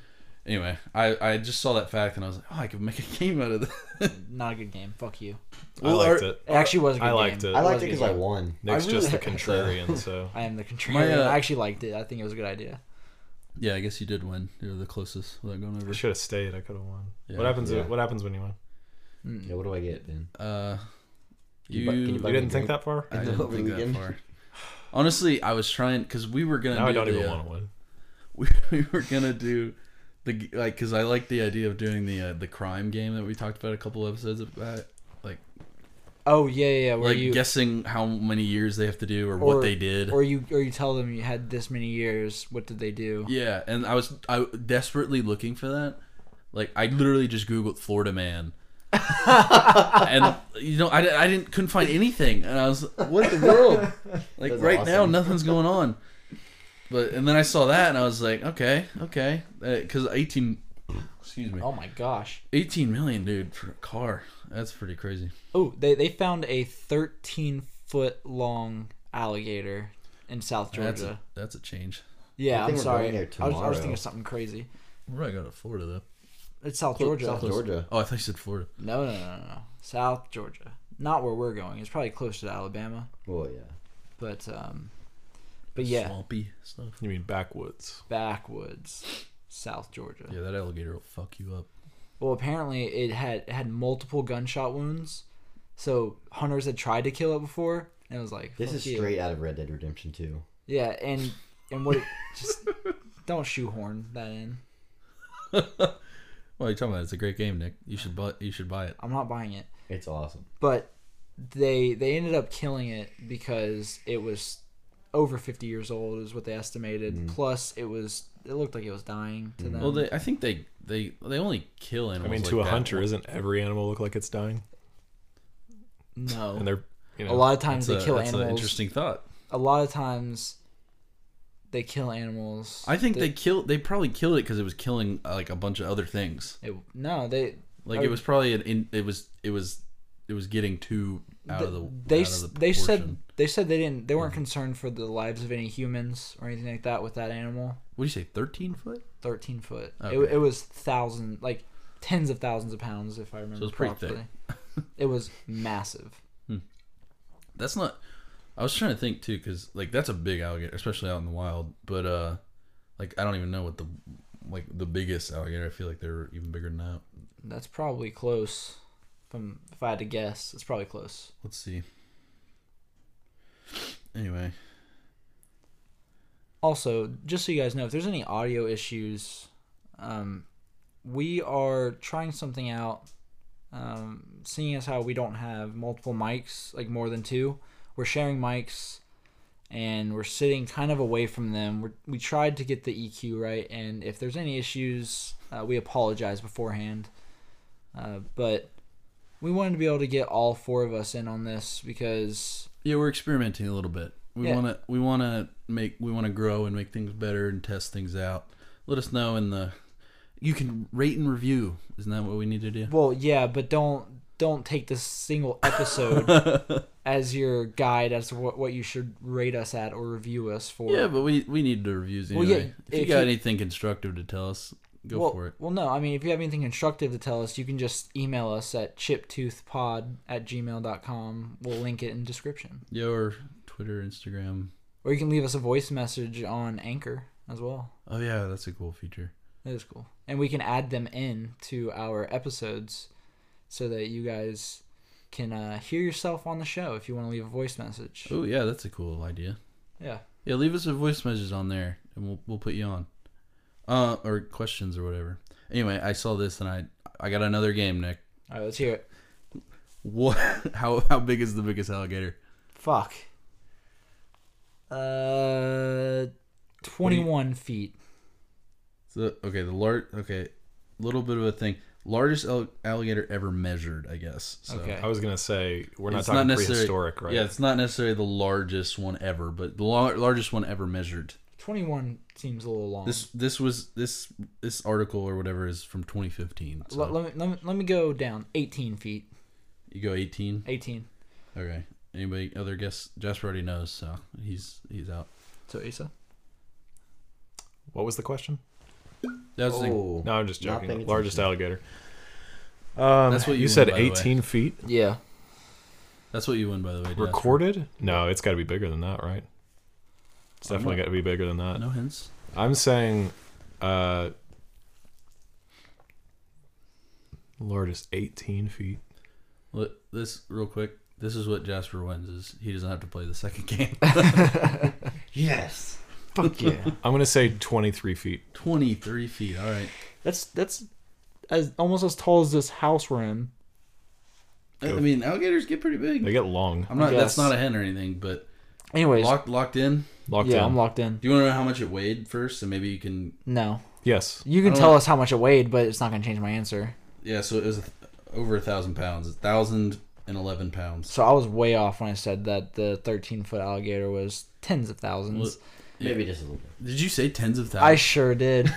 anyway, I I just saw that fact and I was like, oh, I could make a game out of that.
not a good game. Fuck you.
I liked
our-
it.
It actually was a good
I liked
game.
it.
I liked
was
it
a
because
good
I
game.
won.
Nick's
I
just the
really-
contrarian, so
I am the contrarian.
My, uh,
I actually liked it. I think it was a good idea.
yeah, I guess you did win. You're the closest without going over.
I should have stayed. I could have won.
Yeah.
what happens?
Yeah.
What happens when you win? Hmm.
Yeah, what do I get then?
Uh,
you buy- can you
you
buy
You
me a
didn't think
drink?
that far.
I
Over
didn't
the
think that
weekend.
far. Honestly, I was trying because we were gonna.
Now I
do
don't
the,
even
uh,
want to win.
We, we were gonna do the g- like because I like the idea of doing the uh, the crime game that we talked about a couple episodes about, like
Oh yeah, yeah. yeah, Where
like
you
guessing how many years they have to do or,
Or-
what they did.
or you or you tell them you had this many years. What did they do?
yeah, and I was I desperately looking for that. Like I literally just googled Florida man. and you know I, di- I didn't couldn't find anything and I was like, what in the world like
That's
right now
awesome.
nothing's going on but and then I saw that and I was like okay okay because 18 excuse me
Oh my gosh.
18 million dude for a car that's pretty crazy
Oh, they they found a 13 foot long alligator in South
that's
Georgia.
a, that's a change
yeah,
I
I'm
think we're
sorry.
going there
I was, I was thinking
tomorrow.
of something crazy.
Where do I go to Florida though?
It's South Georgia.
South Georgia.
Oh, I thought you said Florida.
No, no, no, no, no. South Georgia. Not where we're going. It's probably close to Alabama,
Oh yeah.
but um, but yeah,
Swampy stuff.
You mean backwoods?
backwoods, South Georgia.
Yeah, that alligator will fuck you up.
Well, apparently it had it had multiple gunshot wounds, so hunters had tried to kill it before, and it was like
This
"Fuck
is
you."
straight out of Red Dead Redemption 2.
Yeah, and and what? It, just don't shoehorn that in.
Well, you're talking about it's a great game, Nick. You should buy. You should buy it.
I'm not buying it.
It's awesome.
but they they ended up killing it because it was over 50 years old is what they estimated plus it was it looked like it was dying to them
Mm-hmm. Well, they, I think they they they only kill
I
animals.
mean,
like
to a
that.
hunter, isn't every animal look like it's dying? And
no
they're you know
a lot of times
That's,
they
a,
kill
that's an
animals
interesting thought.
a lot of times they kill animals
I think
that-
they kill. They probably killed it because it was killing uh, like a bunch of other things.
it, no they
Like
I-
it was probably an. In, it was it was it was getting too out of the.
they
out of
s-
the Mm-hmm.
they said
proportion.
they said they didn't they weren't concerned for the lives of any humans or anything like that with that animal
What do you say? Thirteen foot.
13 foot it,
Okay.
it was thousand like tens of thousands of pounds if i remember
So it's pretty thick.
properly it was massive
That's not. I was trying to think too, because like that's a big alligator, especially out in the wild. But uh, like I don't even know what the like the biggest alligator. I feel like they're even bigger than that.
That's probably close. If, I'm, if I had to guess, it's probably close.
Let's see. Anyway,
Also, just so you guys know, if there's any audio issues, um, we are trying something out. Um, seeing as how we don't have multiple mics, like more than two, we're sharing mics and we're sitting kind of away from them. We're, we tried to get the EQ right, and if there's any issues, uh, we apologize beforehand. Uh, but we wanted to be able to get all four of us in on this because
yeah, we're experimenting a little bit. We
Yeah.
wanna we wanna make we wanna grow and make things better and test things out. Let us know in the. You can rate and review. Isn't that what we need to do?
Well, yeah, but don't don't take this single episode as your guide as to what, what you should rate us at or review us for.
Yeah, but we we need the reviews
Well,
anyway.
yeah,
if you
if
got
you-
anything constructive to tell us, go
well,
for it.
Well, no, I mean, if you have anything constructive to tell us, you can just email us at chiptoothpod at gmail.com. We'll link it in description.
Yeah, or Twitter, Instagram.
Or you can leave us a voice message on Anchor as well.
Oh yeah, that's a cool feature.
That is cool. And we can add them in to our episodes so that you guys can uh, hear yourself on the show if you want to leave a voice message.
Oh yeah, that's a cool idea.
Yeah.
Yeah, leave us a voice message on there, and we'll we'll put you on, uh, or questions or whatever. Anyway, I saw this and I I got another game, Nick.
All right, let's hear it.
What? How how big is the biggest alligator?
Fuck. Uh, twenty-one feet.
So okay, the large okay, little bit of a thing. Largest al- alligator ever measured, I guess. So.
Okay.
I was gonna say we're not talking
necessarily-
prehistoric, right?
Yeah, it's not necessarily the largest one ever, but the lar- largest one ever measured.
Twenty-one seems a little long.
This this was this this article or whatever is from 2015. So
L- let, me, let me let me go down. Eighteen feet.
you go 18.
Eighteen.
Okay. Anybody other guess? Jasper already knows, so he's he's out.
So Asa.
What was the question?
That's the-
Oh.
No, I'm just
Not paying
joking. Largest alligator. Um,
That's what
you
you
said.
win, by the way.
18 feet
Yeah.
that's what you win by the way. Jasper.
recorded? No, it's got to be bigger than that, right? It's
I'm
definitely
not-
got to be bigger than that.
No hints.
I'm saying, uh, largest 18 feet.
Look, this real quick. This is what Jasper wins is he doesn't have to play the second game.
Yes. Fuck yeah.
I'm gonna say 23 feet.
23 feet. All right.
That's that's as almost as tall as this house we're in.
I I mean, alligators get pretty
They
big.
get long,
I'm not.
Yes.
That's not a hint or anything, but
Anyways.
locked locked in.
locked
yeah,
in.
I'm locked in.
Do you want to know how much it weighed first, and maybe you can?
No.
yes,
You can
I don't
tell
know.
us how much it weighed, but it's not gonna change my answer.
Yeah. So it was a th- over a thousand pounds. A thousand and eleven pounds.
So I was way off when I said that the thirteen foot alligator was tens of thousands.
Well,
Maybe just a little bit.
Did you say tens of
I
thousands?
sure did.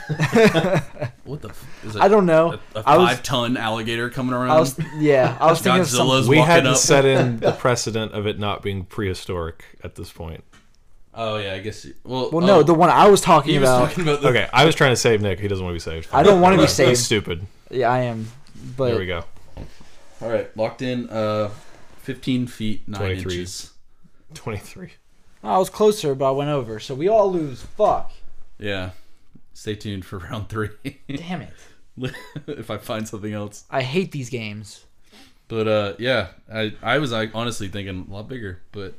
what the? F- is it
I don't know.
A, a
I was-
five-ton alligator coming around.
I was yeah. I was thinking of some
Godzilla's
we
walking
hadn't
up.
set in the precedent of it not being prehistoric at this point.
Oh yeah, I guess. Well,
Well,
oh,
no, the one I was talking
he was
about.
talking about the,
Okay, I was trying to save Nick. He doesn't want to be saved.
I don't want to be
He's
saved.
stupid.
Yeah, I am. But
there we go.
All right, locked in. Uh, fifteen feet nine
23.
inches.
Twenty-three.
I was closer, but I went over. So we all lose. Fuck.
Yeah. Stay tuned for round three
Damn it.
if I find something else.
I hate these games.
But uh, yeah, I I was like, honestly thinking a lot bigger, but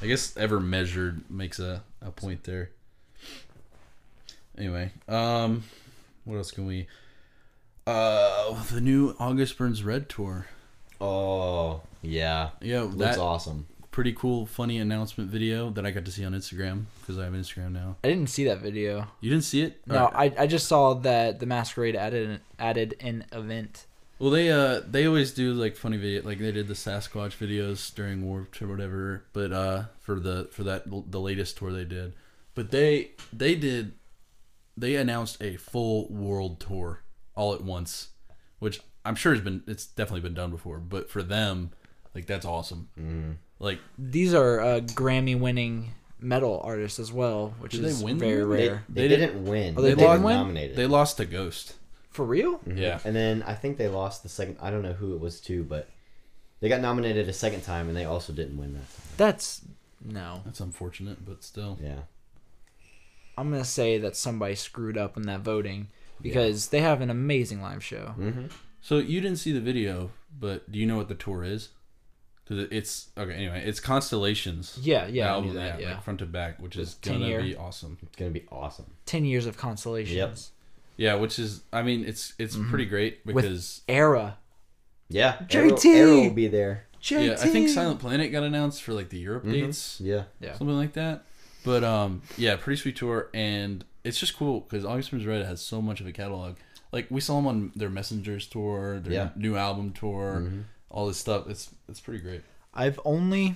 I guess ever measured makes a, a point there. Anyway, um, what else can we? Uh, the new August Burns Red tour.
Oh yeah,
Yeah,
looks
that's
awesome.
pretty cool, funny announcement video that I got to see on Instagram because I have Instagram now.
I didn't see that video.
You didn't see it?
No,
Or-
I, I just saw that the masquerade added an, added an event.
Well, they uh they always do like funny video, like they did the Sasquatch videos during Warped or whatever. But uh for the for that the latest tour they did, but they they did they announced a full world tour all at once, which I'm sure has been it's definitely been done before. But for them, like that's awesome. Like
These are uh, Grammy winning metal artists as well, which
Did they
is
win
very
them?
They,
rare.
they,
They didn't-
didn't, win.
Oh, they
but were
didn't win?
Nominated.
they lost to Ghost.
For real?
Yeah.
And then I think they lost the second. I don't know who it was to, but they got nominated a second time, and they also didn't win that. Time.
That's no.
That's unfortunate, but still.
Yeah.
I'm gonna say that somebody screwed up in that voting because they have an amazing live show.
Mm. So you didn't see the video, but do you know what the tour is? Because it's okay. Anyway, it's Constellations.
Yeah, yeah, I
album,
knew that, yeah.
like front to back, which is
ten
gonna
year.
be awesome.
It's gonna be awesome.
Ten years of constellations
Yeah, which is, I mean, it's it's pretty great
With-
because
era.
Yeah.
JT!
Arrow, Arrow will be there.
JT.
yeah, I think Silent Planet got announced for like the Europe dates,
Yeah.
Yeah.
something like that. But um, yeah, pretty sweet tour, and it's just cool because August Burns Red has so much of a catalog. Like we saw them on their Messengers tour, their
Yeah.
new album tour, all this stuff. It's it's pretty great.
I've only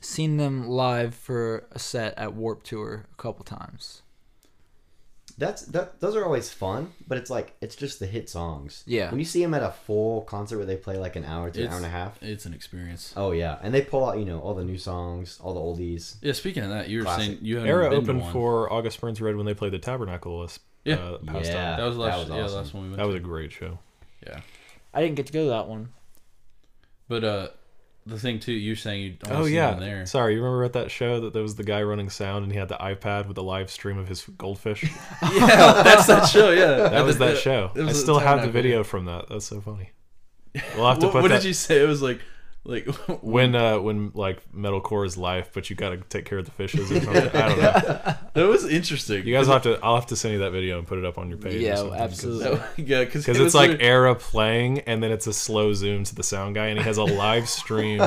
seen them live for a set at Warp Tour a couple times.
That's that. Those are always fun, but it's like it's just the hit songs.
Yeah.
When you see them at a full concert where they play like an hour to an hour and a half.
It's an experience.
Oh yeah, and they pull out you know all the new songs, all the oldies.
Yeah, speaking of that, you were
Classic.
saying you haven't
Era
been to
opened
one.
for August Burns Red when they played the Tabernacle last
Yeah.
uh, past
Yeah.
time.
that was last
That was
yeah
awesome.
last one we went.
That
to.
was a great show.
yeah.
I didn't get to go to that one.
But uh, the thing too, you're saying you don't
Oh
see
yeah,
them there.
sorry. You remember at that show that there was the guy running sound and he had the iPad with the live stream of his goldfish.
yeah, that's that show. Yeah,
That was that show.
it was
I
at
still have the
Tabernacle.
video from that. That's so funny. We'll have to
What,
put
what
that
did you say? It was like, like
when uh, when like metalcore is life, but you got to take care of the fishes. Or something. I don't know.
that was interesting.
You guys will have to. I'll have to send you that video and put it up on your page.
Yeah, absolutely.
That- yeah, because
Because it's like Era playing, and then it's a slow zoom to the sound guy, and he has a live stream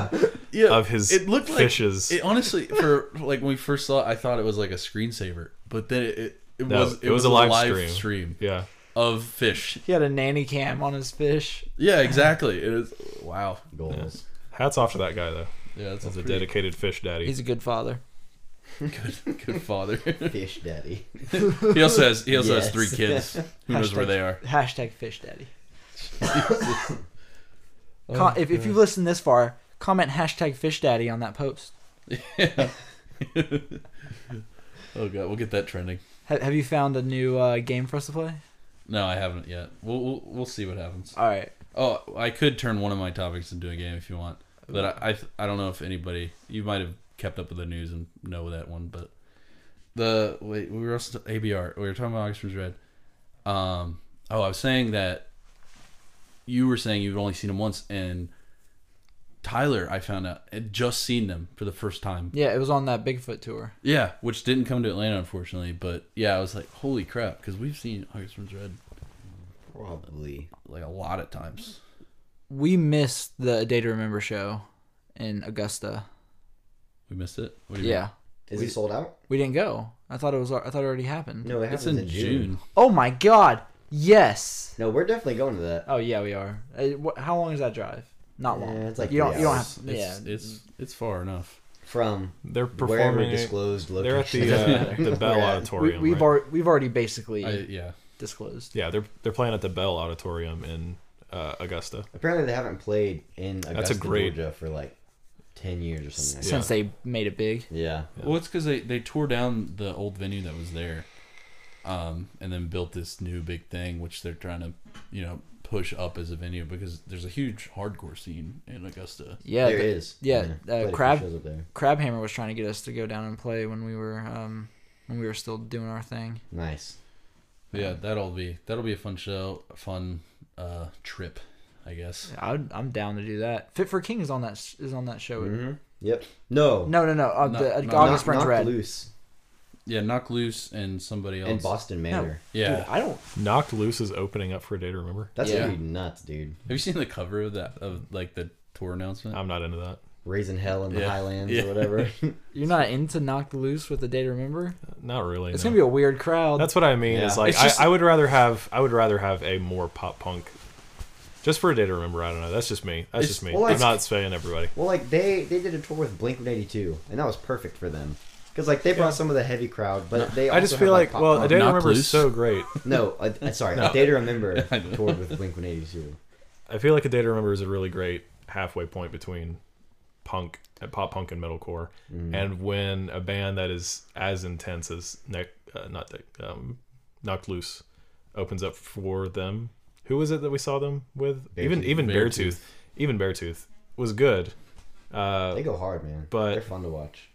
yeah,
of his
it looked like,
fishes.
It honestly, for like when we first saw it, I thought it was like a screensaver, but then it it, it
No,
was it, was, a live, stream.
yeah,
of fish.
He had a nanny cam on his fish.
Yeah, exactly. It is wow.
Goals.
hats off to that guy though.
Yeah, that's
He's a
pretty
dedicated fish daddy.
He's a good father.
good, good father.
Fish Daddy.
he also has he also has
Yes.
three kids. Who knows where they are?
Hashtag fish daddy.
Oh,
Com- if, if you've listened this far, comment hashtag fish daddy on that post.
Oh god, we'll get that trending.
Ha- have you found a new uh, game for us to play?
No, I haven't yet. We'll, we'll we'll see what happens.
All right.
Oh, I could turn one of my topics into a game if you want, but I I, th- I don't know if anybody you might have kept up with the news and know that one, but the wait we were also ABR we were talking about Oxford's Red. Um, oh, I was saying that you were saying you've only seen him once, and Tyler I found out had just seen them for the first time.
Yeah, it was on that Bigfoot tour.
Yeah, which didn't come to Atlanta unfortunately, but yeah, I was like, holy crap, because we've seen Oxford's Red
Probably.
like a lot of times.
We missed the A Day to Remember show in Augusta.
We missed it. What do you
Yeah,
Is it sold out?
we didn't go. I thought it was. I thought it already happened.
No, it
mean? It's
happens
in
in,
June.
June.
Oh my God! Yes.
No, we're definitely going to that.
Oh yeah, we are. Uh, wh- How long is that drive? Not long.
Yeah, it's like
you don't.
three
You don't
hours.
have. Yeah.
It's, it's it's far enough.
From
they're
wherever
performing.
disclosed
They're at
location.
the uh, the Bell
We're at-
we,
Auditorium.
we've
right?
already we've already basically
I, yeah.
disclosed.
Yeah, they're they're playing at the Bell Auditorium in uh, Augusta.
Apparently, they haven't played in Augusta,
a great-
Georgia for like ten years or something.
s-
Like
since they made it big.
that. Yeah.
Well, it's because they, they tore down the old venue that was there, um, and then built this new big thing, which they're trying to, you know, push up as a venue because there's a huge hardcore scene in Augusta.
Yeah,
there
the-
is.
yeah, uh,
Played a few
Crab-
shows up there.
Crabhammer was trying to get us to go down and play when we were um, when we were still doing our thing.
Nice.
But yeah, that'll be that'll be a fun show, a fun uh, trip, I guess.
I would, I'm down to do that. Fit for King is on that s- is on that show.
Mm-hmm. Yep. No.
No, no, no. Uh,
No,
the, uh,
no,
August
Knock-
Burns
Knock
Red.
loose
Yeah, knock loose and somebody else.
and Boston Manor.
Yeah,
Dude, I don't.
Knocked Loose is opening up for a day to remember.
That's
Yeah.
gonna be nuts, dude.
have you seen the cover of that of like the tour announcement?
I'm not into that.
Raising hell in the
Yeah.
Highlands
Yeah.
or whatever.
You're not into Knocked Loose with the Day to Remember.
Not really.
It's
no.
gonna be a weird crowd.
That's what I mean.
Yeah.
Is like
It's just-
I, I would rather have I would rather have a more pop punk. Just for a day to remember, I don't know. That's just me. That's
It's-
just me.
well,
I'm
it's-
not saying everybody.
well, like they they did a tour with Blink One Eighty Two, and that was perfect for them. Because like they brought some of the heavy crowd, but they also
I just
had,
feel like,
pop
well,
punk.
a day to
Knock
remember is
Loose.
so great.
No, I, I, sorry,
No.
a Day to Remember toured with Blink One Eighty Two.
I feel like a day to remember is a really great halfway point between punk, uh, pop punk, and metalcore. And when a band that is as intense as neck, uh, not Neck, um, knocked loose, opens up for them, who was it that we saw them with? even
Beartooth.
even Beartooth,
Beartooth.
even Beartooth was good. Uh,
They go hard, man.
But-
they're fun to watch.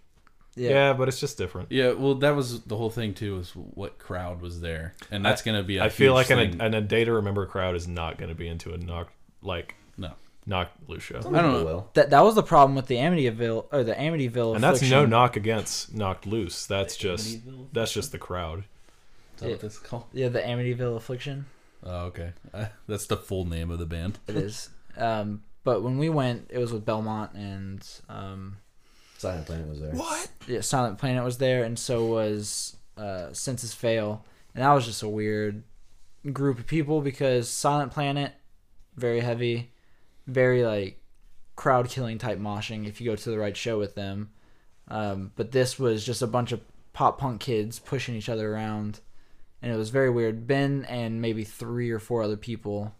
yeah. but it's just different.
Yeah, well, that was the whole thing too. Was what crowd was there, and that's gonna be. I
I feel like an,
thing.
an a day to remember crowd is not going to be into a knock like
no.
knock loose show.
Some
I don't
people
know.
will.
that that was the problem with the Amityville or the Amityville.
and that's no
Affliction.
knock against knocked loose. That's just that's just the crowd.
Is that what that's called?
Yeah, the Amityville affliction.
Oh, okay. Uh, that's the full name of the band.
It is. um, but when we went, it was with Belmont and um,
Silent Planet was there.
What?
yeah, Silent Planet was there, and so was uh, Census Fail, and that was just a weird group of people because Silent Planet, very heavy, very like crowd killing type moshing if you go to the right show with them, um, but this was just a bunch of pop punk kids pushing each other around, and it was very weird. Ben and maybe three or four other people,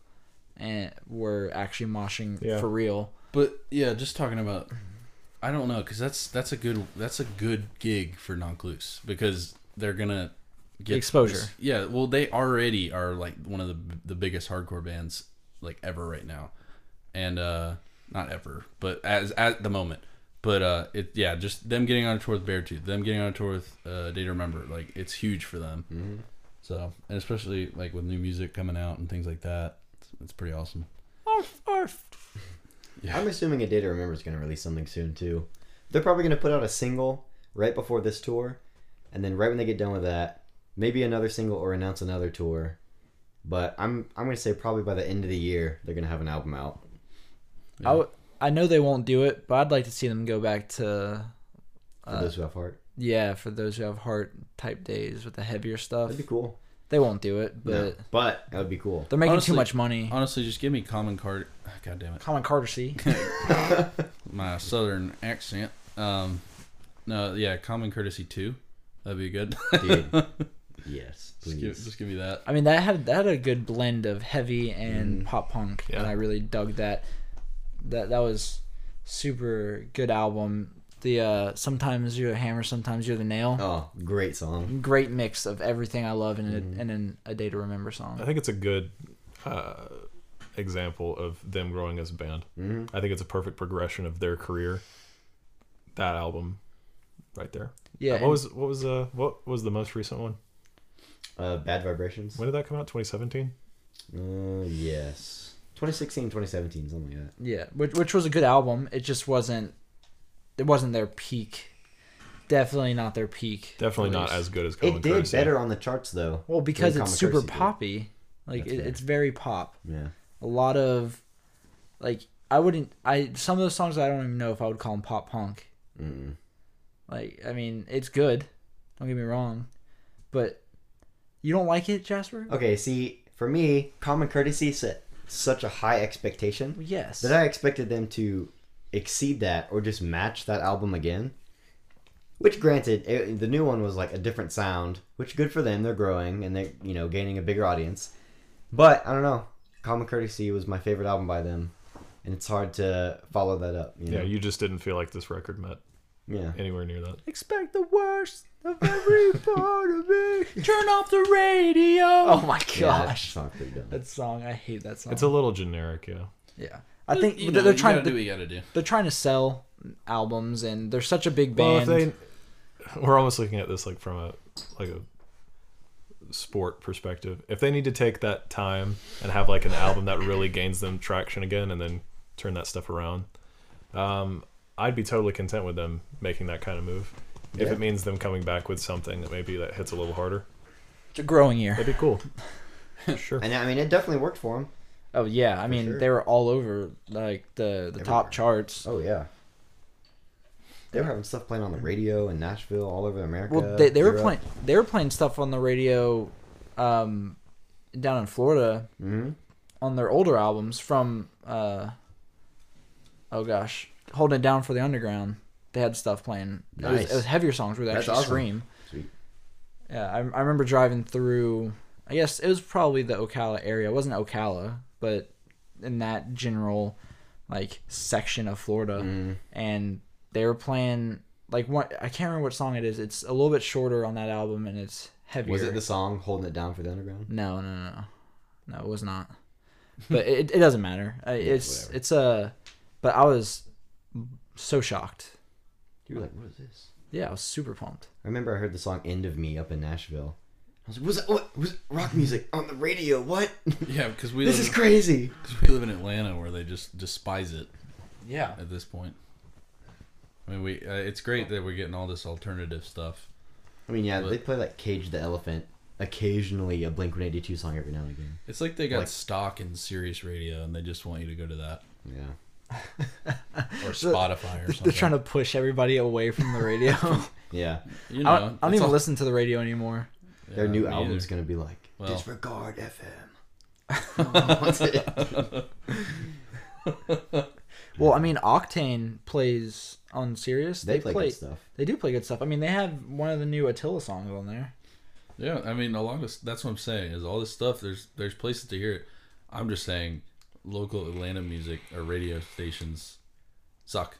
and were actually moshing
Yeah.
for real.
But yeah, just talking about. I don't know, cause that's that's a good that's a good gig for Knock Loose because they're gonna get
Exposure.
yeah, well, they already are like one of the the biggest hardcore bands like ever right now, and uh not ever, but as at the moment. But uh, it yeah, just them getting on a tour with Beartooth, them getting on a tour with uh, Day to Remember, like it's huge for them. Mm-hmm. So and especially like with new music coming out and things like that, it's, it's pretty awesome.
I'm assuming a Day to Remember is going to release something soon too. They're probably going to put out a single right before this tour, and then right when they get done with that, maybe another single or announce another tour. But I'm I'm going to say probably by the end of the year they're going to have an album out.
I, w- I know they won't do it, but I'd like to see them go back to uh,
For
Uh,
those who have heart,
yeah for those who have heart type days with the heavier stuff.
that'd be cool.
They won't do it, but
No, but that would be cool.
they're making
Honestly-
too much money.
Honestly, just give me Common Card. God damn it.
Common Carter C.
my southern accent. Um, no, yeah, common courtesy too. That'd be good.
Dude. yes,
just, give,
please.
just give me that.
I mean that had that had a good blend of heavy and
Mm.
pop punk, and
Yeah.
I really dug that. That that was super good album. The uh, sometimes you're a hammer, sometimes you're the nail.
Oh, great song.
Great mix of everything I love in a,
Mm.
in an, a day to remember song.
I think it's a good uh, example of them growing as a band.
Mm-hmm.
I think it's a perfect progression of their career. That album, right there.
Yeah,
Uh,
and-
what was what was uh what was the most recent one?
Uh, Bad Vibrations.
When did that come out? 2017.
Uh, yes. 2016, 2017, something like that.
Yeah, which which was a good album. It just wasn't it wasn't their peak. Definitely not their peak.
Definitely not
release.
as good as Common
It did
Courtesy.
better on the charts though.
well because
than
it's
Common
super
Courtesy did.
poppy. Like
That's
it,
fair.
it's very pop.
Yeah.
A lot of like I wouldn't I some of those songs I don't even know if I would call them pop punk.
Mm.
Like I mean, it's good. Don't get me wrong, but you don't like it, Jasper?
Okay, see, for me, common courtesy set such a high expectation
Yes.
that I expected them to exceed that or just match that album again. Which, granted, it, the new one was like a different sound, which good for them. They're growing and they're you know gaining a bigger audience. But I don't know. Common courtesy was my favorite album by them. and it's hard to follow that up. You know?
Yeah, you just didn't feel like this record met
yeah.
anywhere near that.
Expect the worst of every part of me.
Turn off the radio. Oh my
Yeah, that
gosh.
song's pretty dumb.
that song, I hate that song.
It's a little generic, yeah.
yeah. I think
You
they're,
know, you
trying
gotta
to
do what you gotta do.
they're trying to sell albums and they're such a big
Well, if
band.
they, we're almost looking at this like from a like a sport perspective. If they need to take that time and have like an album that really gains them traction again, and then turn that stuff around, um, I'd be totally content with them making that kind of move. If
Yeah.
it means them coming back with something that maybe that hits a little harder,
It's a growing year.
that'd be cool. sure.
And I mean, it definitely worked for him.
Oh yeah, I mean
sure.
they were all over like the the
Everywhere.
top charts.
Oh yeah. They were having stuff playing on the radio in Nashville, all over America.
Well, they, they were
Europe.
playing they were playing stuff on the radio, um, down in Florida
Mhm.
on their older albums from uh, oh gosh, holding it down for the underground. They had stuff playing. It, was,
Nice.
it was heavier songs where they
That's
actually
awesome.
scream.
Sweet.
Yeah, I, I remember driving through. I guess it was probably the Ocala area. It wasn't Ocala, but in that general like section of Florida,
Mm-hmm.
and they were playing like what I can't remember what song it is. It's a little bit shorter on that album, and it's heavier.
Was it the song "Holding It Down for the Underground"?
No, no, no, no. No, it was not. But it, it doesn't matter. Uh, It's
whatever.
it's a. But I was so shocked.
You were like, "What is this?"
Yeah, I was super pumped.
I remember I heard the song "End of Me" up in Nashville. I was like, "Was what was rock music on the radio? What?
Yeah, because we
this is
live,
crazy."
cause we live in Atlanta where they just despise it
Yeah.
at this point. I mean, we uh, it's great that we're getting all this alternative stuff.
I mean, yeah,
But-
they play like "Cage the Elephant," occasionally a Blink One Eighty Two song every now and again.
It's like they got
Like-
stock in Sirius Radio and they just want you to go to that
Yeah.
or Spotify or something.
They're trying to push everybody away from the radio. I
Yeah,
you know,
don't, I don't
it's
even
all-
listen to the radio anymore.
their
Yeah,
new
me
album's
either.
gonna be like
Well.
"Disregard FM." No one wants it.
Well, I mean, Octane plays on Sirius.
They play good stuff.
They do play good stuff. I mean, they have one of the new Attila songs on there.
Yeah, I mean, a lot of that's what I'm saying is all this stuff. There's there's places to hear it. I'm just saying, local Atlanta music or radio stations suck.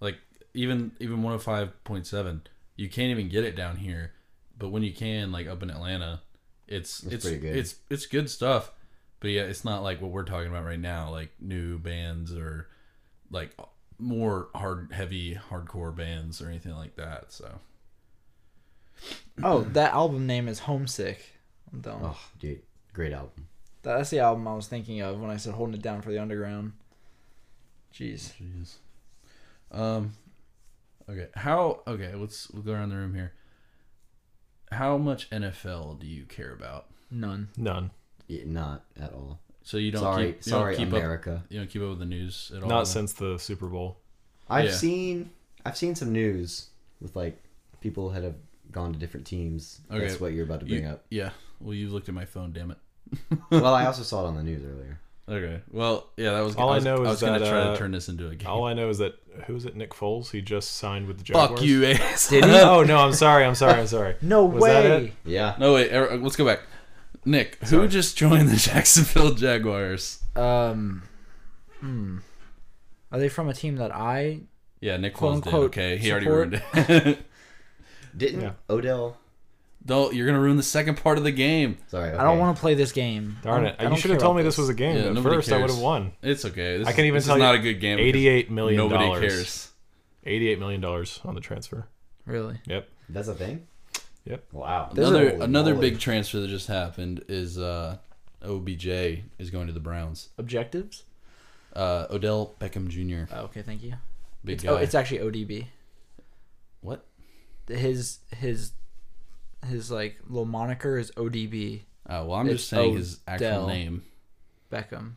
Like even even 105.7, you can't even get it down here. But when you can, like up in Atlanta, it's it's
pretty good.
it's it's good stuff. But yeah, it's not like what we're talking about right now, like new bands or like more hard, heavy, hardcore bands or anything like that. So
Oh, that album name is Homesick. I'm dumb.
Oh, dude, great album.
That- That's the album I was thinking of when I said holding it down for the underground. Jeez.
Jeez. Um. Okay. How? Okay. Let's we'll go around the room here. How much NFL do you care about?
None.
None.
Yeah, not at all.
So you don't.
sorry,
keep, you
sorry,
don't keep
America.
Up, you don't keep up with the news at all.
Not since the Super Bowl.
I've
Yeah.
seen I've seen some news with like people that have gone to different teams.
Okay.
That's what you're about to
You-
bring up.
Yeah. Well, you looked at my phone. Damn it.
well, I also saw it on the news earlier.
Okay. Well, yeah. That was.
All I
was,
know
I
is
was gonna
that,
try
uh,
to turn this into a game.
All I know is that who is it? Nick Foles. He just signed with the Jaguars.
Fuck you, ass.
Did he?
oh no! I'm sorry. I'm sorry. I'm sorry.
No
Was that
way.
it?
Yeah.
No wait. er, Let's go back. Nick, who just joined the Jacksonville Jaguars?
Um. Hmm. Are they from a team that I?
Yeah, Nick
Quote,
Foles did.
unquote,
Okay, he already
support.
ruined it.
Didn't
Yeah.
Odell?
Don't. You're gonna ruin the second part of the game.
Sorry.
I don't want to play this game.
Darn
I
it!
don't- I
you
don't
should have
care
told
about
me this was a game.
Yeah,
At
nobody
first, I would
cares.
have won.
It's okay. This
I
is-
can even
this
tell
is
you,
not a good game. because
Eighty-eight million
Nobody
dollars.
cares.
Eighty-eight million dollars on the transfer.
Really?
Yep.
to. That's a thing.
Yep.
Wow.
Those
Another
Holy
another
moly.
big transfer that just happened is uh, OBJ is going to the Browns.
Objectives?
Uh, Odell Beckham Jr.
Oh, okay, thank you.
Big
It's,
guy.
oh, it's actually ODB.
what?
His his his like little moniker is ODB
Uh, well, I'm
It's
just saying his
Odell.
actual name.
Beckham.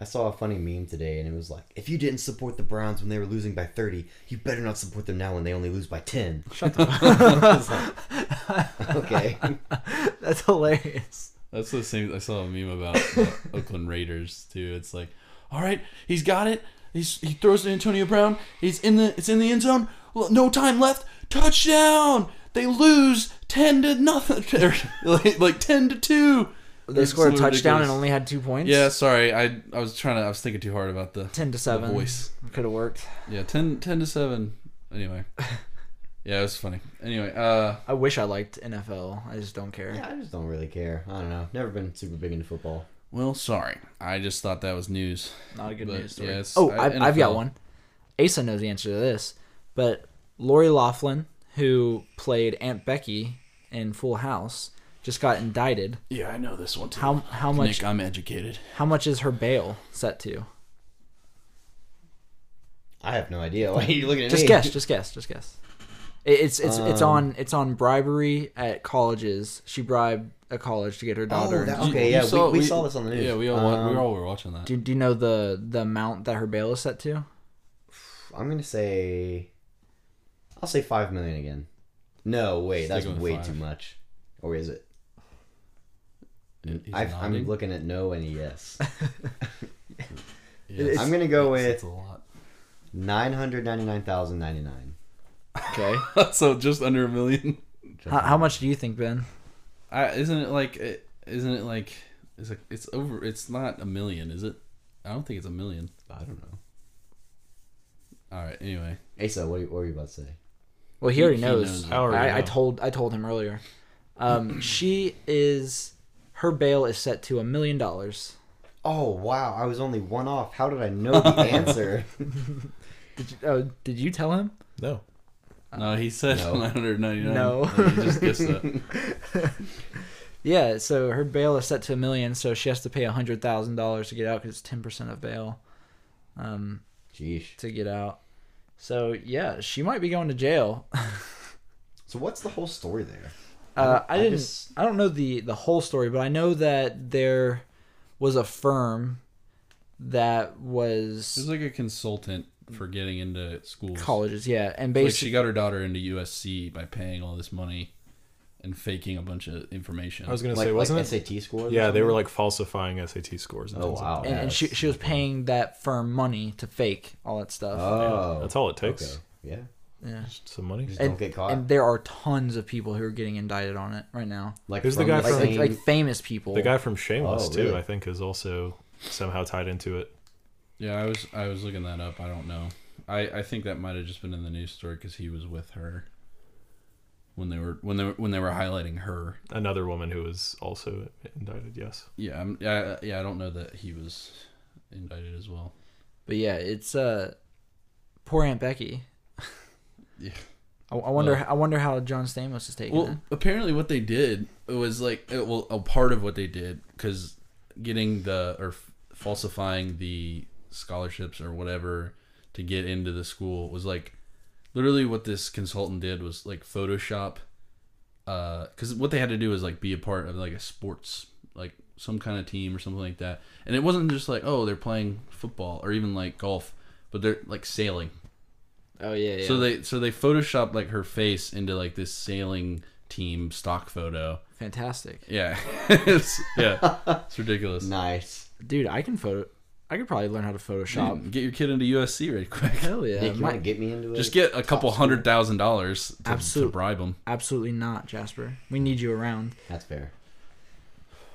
I saw a funny meme today, and it was like, if you didn't support the Browns when they were losing by thirty, you better not support them now when they only lose by ten. Shut the. okay.
That's hilarious.
That's the same. I saw a meme about the Oakland Raiders too. It's like, all right, he's got it. He's he throws to Antonio Brown. He's in the it's in the end zone. L- No time left. Touchdown. They lose ten to nothing. or, like, like ten to two.
they scored a
absolutely
touchdown and
ridiculous.
only had two points.
Yeah, sorry. I I was trying to. I was thinking too hard about the,
ten to
the
seven.
voice.
Could have worked.
Yeah, 10, 10 to seven. Anyway. Yeah, it was funny. Anyway, uh,
I wish I liked NFL. I just don't care.
Yeah, I just don't really care. I don't know. Never been super big into football.
well, sorry. I just thought that was news.
Not a good
But,
news story.
yeah, it's-
oh,
I-
I, I've got
NFL.
one. Asa knows the answer to this, but Lori Laughlin, who played Aunt Becky in Full House, just got indicted.
Yeah, I know this one too.
How how much
Nick, I'm educated.
how much is her bail set to?
I have no idea. Why are you looking at
Just
me?
guess, just guess, just guess. It, it's it's it's
Um,
on it's on bribery at colleges. She bribed a college to get her daughter.
that-
into-
Okay, yeah, we- we saw this on the news.
Yeah, we all wa- we
Um,
all were watching that.
do, do you know the the amount that her bail is set to?
I'm gonna say, I'll say five million again. No, wait, that's
Sticking with
way
five.
too much. Or is it?
He's
I've, I'm
nodding.
looking at no and yes.
Yeah,
I'm gonna go
that's
with
a lot.
nine hundred ninety nine thousand ninety nine.
Okay.
so just under a million.
how, how much do you think, Ben?
I, isn't it like? It, isn't it like? It's like it's over. It's not a million, is it? I don't think it's a million.
I don't know.
All right. Anyway,
Asa, what are you, what are you about to say?
Well, he already
he
knows.
knows it.
I already
I, I
know.
told I told him earlier. Um, she is her bail is set to a million dollars.
Oh wow, I was only one off. How did I know the answer?
Did you, oh, did you tell him?
No.
no, he said
Uh, No.
999.
No.
And he just guessed that.
Yeah. So her bail is set to a million, so she has to pay a hundred thousand dollars to get out because it's ten percent of bail um,
Jeez.
to get out. So yeah, she might be going to jail.
So what's the whole story there?
Uh,
I
I didn't.
just-
I don't know the the whole story, but I know that there was a firm that was
She's like a consultant for getting into schools.
colleges, yeah, and
Like
basically
she got her daughter into USC by paying all this money and faking a bunch of information.
I was gonna
Like,
say,
like
wasn't it?
SAT scores? or
Yeah, they
something?
were like falsifying SAT scores. And
Oh,
things like
wow.
that.
and, and she
Yes.
she was paying that firm money to fake all that stuff.
Oh,
That's all it takes.
Okay. Yeah.
yeah.
Just Some money.
Just
And,
don't get caught.
and there are tons of people who are getting indicted on it right now.
like
Who's the
from
guy
Like
from-
like,
same-
like famous people.
The guy from Shameless
Oh,
too,
really?
I think, is also somehow tied into it.
yeah, I was I was looking that up. I don't know. I, I think that might have just been in the news story because he was with her when they were when they were, when they were highlighting her.
Another woman who was also indicted. Yes.
Yeah, I'm, yeah, I- yeah. I don't know that he was indicted as well.
But yeah, it's uh poor Aunt Becky.
Yeah.
I, I wonder
Well-
I wonder how John Stamos is taking it.
Well, apparently what they did was like uh, well a part of what they did because getting the or f- falsifying the scholarships or whatever to get into the school was like literally what this consultant did was like Photoshop because what they had to do was like be a part of like a sports like some kind of team or something like that and it wasn't just like oh they're playing football or even like golf but they're like sailing
Oh yeah, yeah.
so they so they photoshopped like her face into like this sailing team stock photo.
fantastic.
Yeah, it's, yeah, it's ridiculous.
nice.
Dude, I can photo I could probably learn how to Photoshop.
Dude, Mm. get your kid into USC right quick.
Hell yeah.
Nick, you
my-
want to get me into it?
Just get a couple hundred thousand dollars to, to
Absolute-
bribe them.
absolutely not, Jasper. We need you around.
That's fair.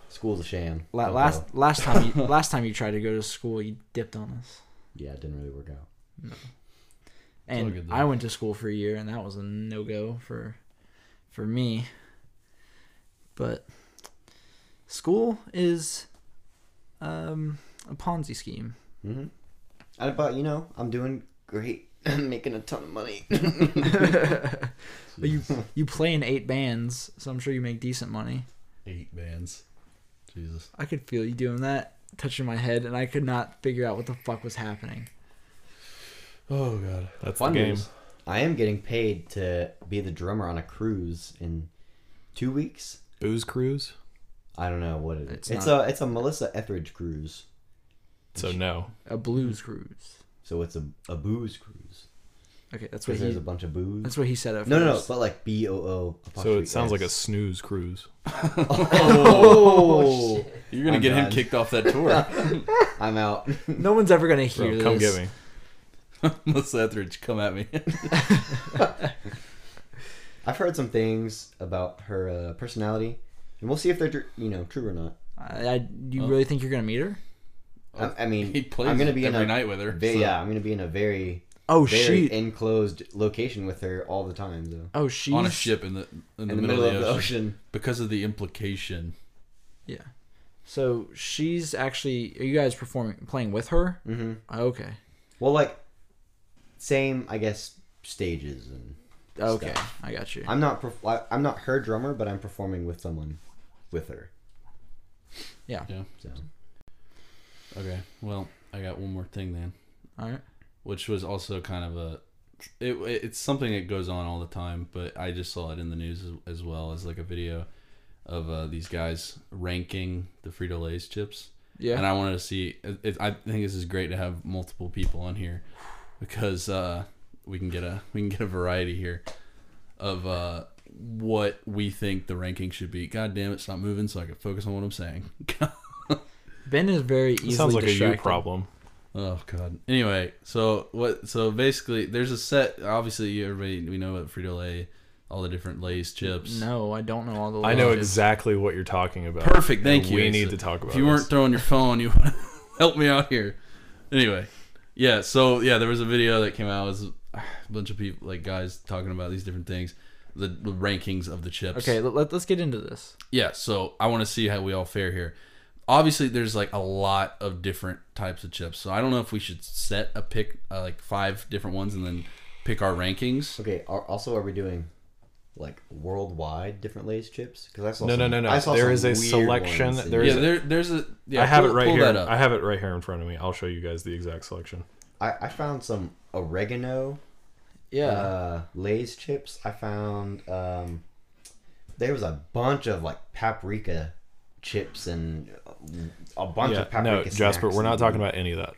School's a sham.
La-
Don't
last
go.
last time you last time you tried to go to school, you dipped on us.
Yeah, it didn't really work out.
all
and
good, though.
I went to school for a year, and that was a no go for for me. But school is um, a Ponzi scheme.
Mm-hmm. And but you know, I'm doing great. making a ton of money.
But you you play in eight bands, so I'm sure you make decent money.
Eight bands. Jesus.
I could feel you doing that, touching my head, and I could not figure out what the fuck was happening.
Oh god.
That's
Fun
the game.
news. I am getting paid to be the drummer on a cruise in two weeks.
Booze cruise.
I don't know what it is.
It's
It's,
not-
a it's a Melissa Etheridge cruise.
So no.
A blues cruise.
So it's a, a booze cruise.
Okay, that's what
Because there's
he.
a bunch of booze.
That's what he said at
no, no, no,
first.
but like B O O.
So it sounds like a snooze cruise.
Oh,
You're gonna
I'm
get him
done.
kicked off that tour.
I'm out.
No one's ever gonna
Bro,
hear this.
come get me.
Melissa Etheridge, come at me.
I've heard some things about her uh, personality, and we'll see if they're tr- you know true or not.
I, I, you
Oh.
really think you're gonna meet her?
I, I mean,
He plays
I'm gonna be
every
in a
night with her.
ve-
so-
yeah, I'm gonna be in a very
Oh
very
she.
enclosed location with her all the time, though.
Oh she.
on a ship in the in,
In the middle of the
ocean
ocean.
because of the implication.
Yeah. So she's actually. Are you guys performing, playing with her? Oh,
hmm
Okay.
Well, like same, I guess, stages and.
Okay.
Stuff.
I got you.
I'm not. Perf- I- I'm not her drummer, but I'm performing with someone, with her.
Yeah.
Yeah.
So
Okay. Well, I got one more thing then,
All right.
which was also kind of a. It, it's something that goes on all the time, but I just saw it in the news as, as well as like a video of uh, these guys ranking the Frito Lay's chips.
Yeah.
And I wanted to see. It, it- I think this is great to have multiple people on here because uh, we can get a we can get a variety here of uh, what we think the ranking should be. God damn it! Stop moving so I can focus on what I'm saying.
ben is very easily
It sounds like a you
distracted.
problem.
Oh god. Anyway, so what? So basically, there's a set. Obviously, you- everybody we know about Frito Lay, all the different Lay's chips.
No, I don't know all the.
I know
laws.
exactly what you're talking about.
Perfect. Thank you.
We
Asa.
need to talk about.
If you weren't
this.
throwing your phone, you help me out here. Anyway, yeah. So yeah, there was a video that came out. It was a bunch of people, like guys, talking about these different things, the, the rankings of the chips.
Okay. Let, let, let's get into this.
Yeah, so I want to see how we all fare here. Obviously, there's like a lot of different types of chips, so I don't know if we should set a pick uh, like five different ones and then pick our rankings.
okay. Are, also, are we doing like worldwide different Lay's chips? Because I saw
No, no,
some-
no, no.
I saw
There
some
is a
weird
selection.
ones in
There
here.
is
yeah, there, there's a. Yeah,
I have
pull-
it right
pull
here.
That up.
I have it right here in front of me. I'll show you guys the exact selection.
I, I found some oregano
Yeah.
uh, Lay's chips. I found um, there was a bunch of like paprika chips and a bunch
yeah,
of paprika.
no, Jasper,
snacks
we're not
and-
talking about any of that.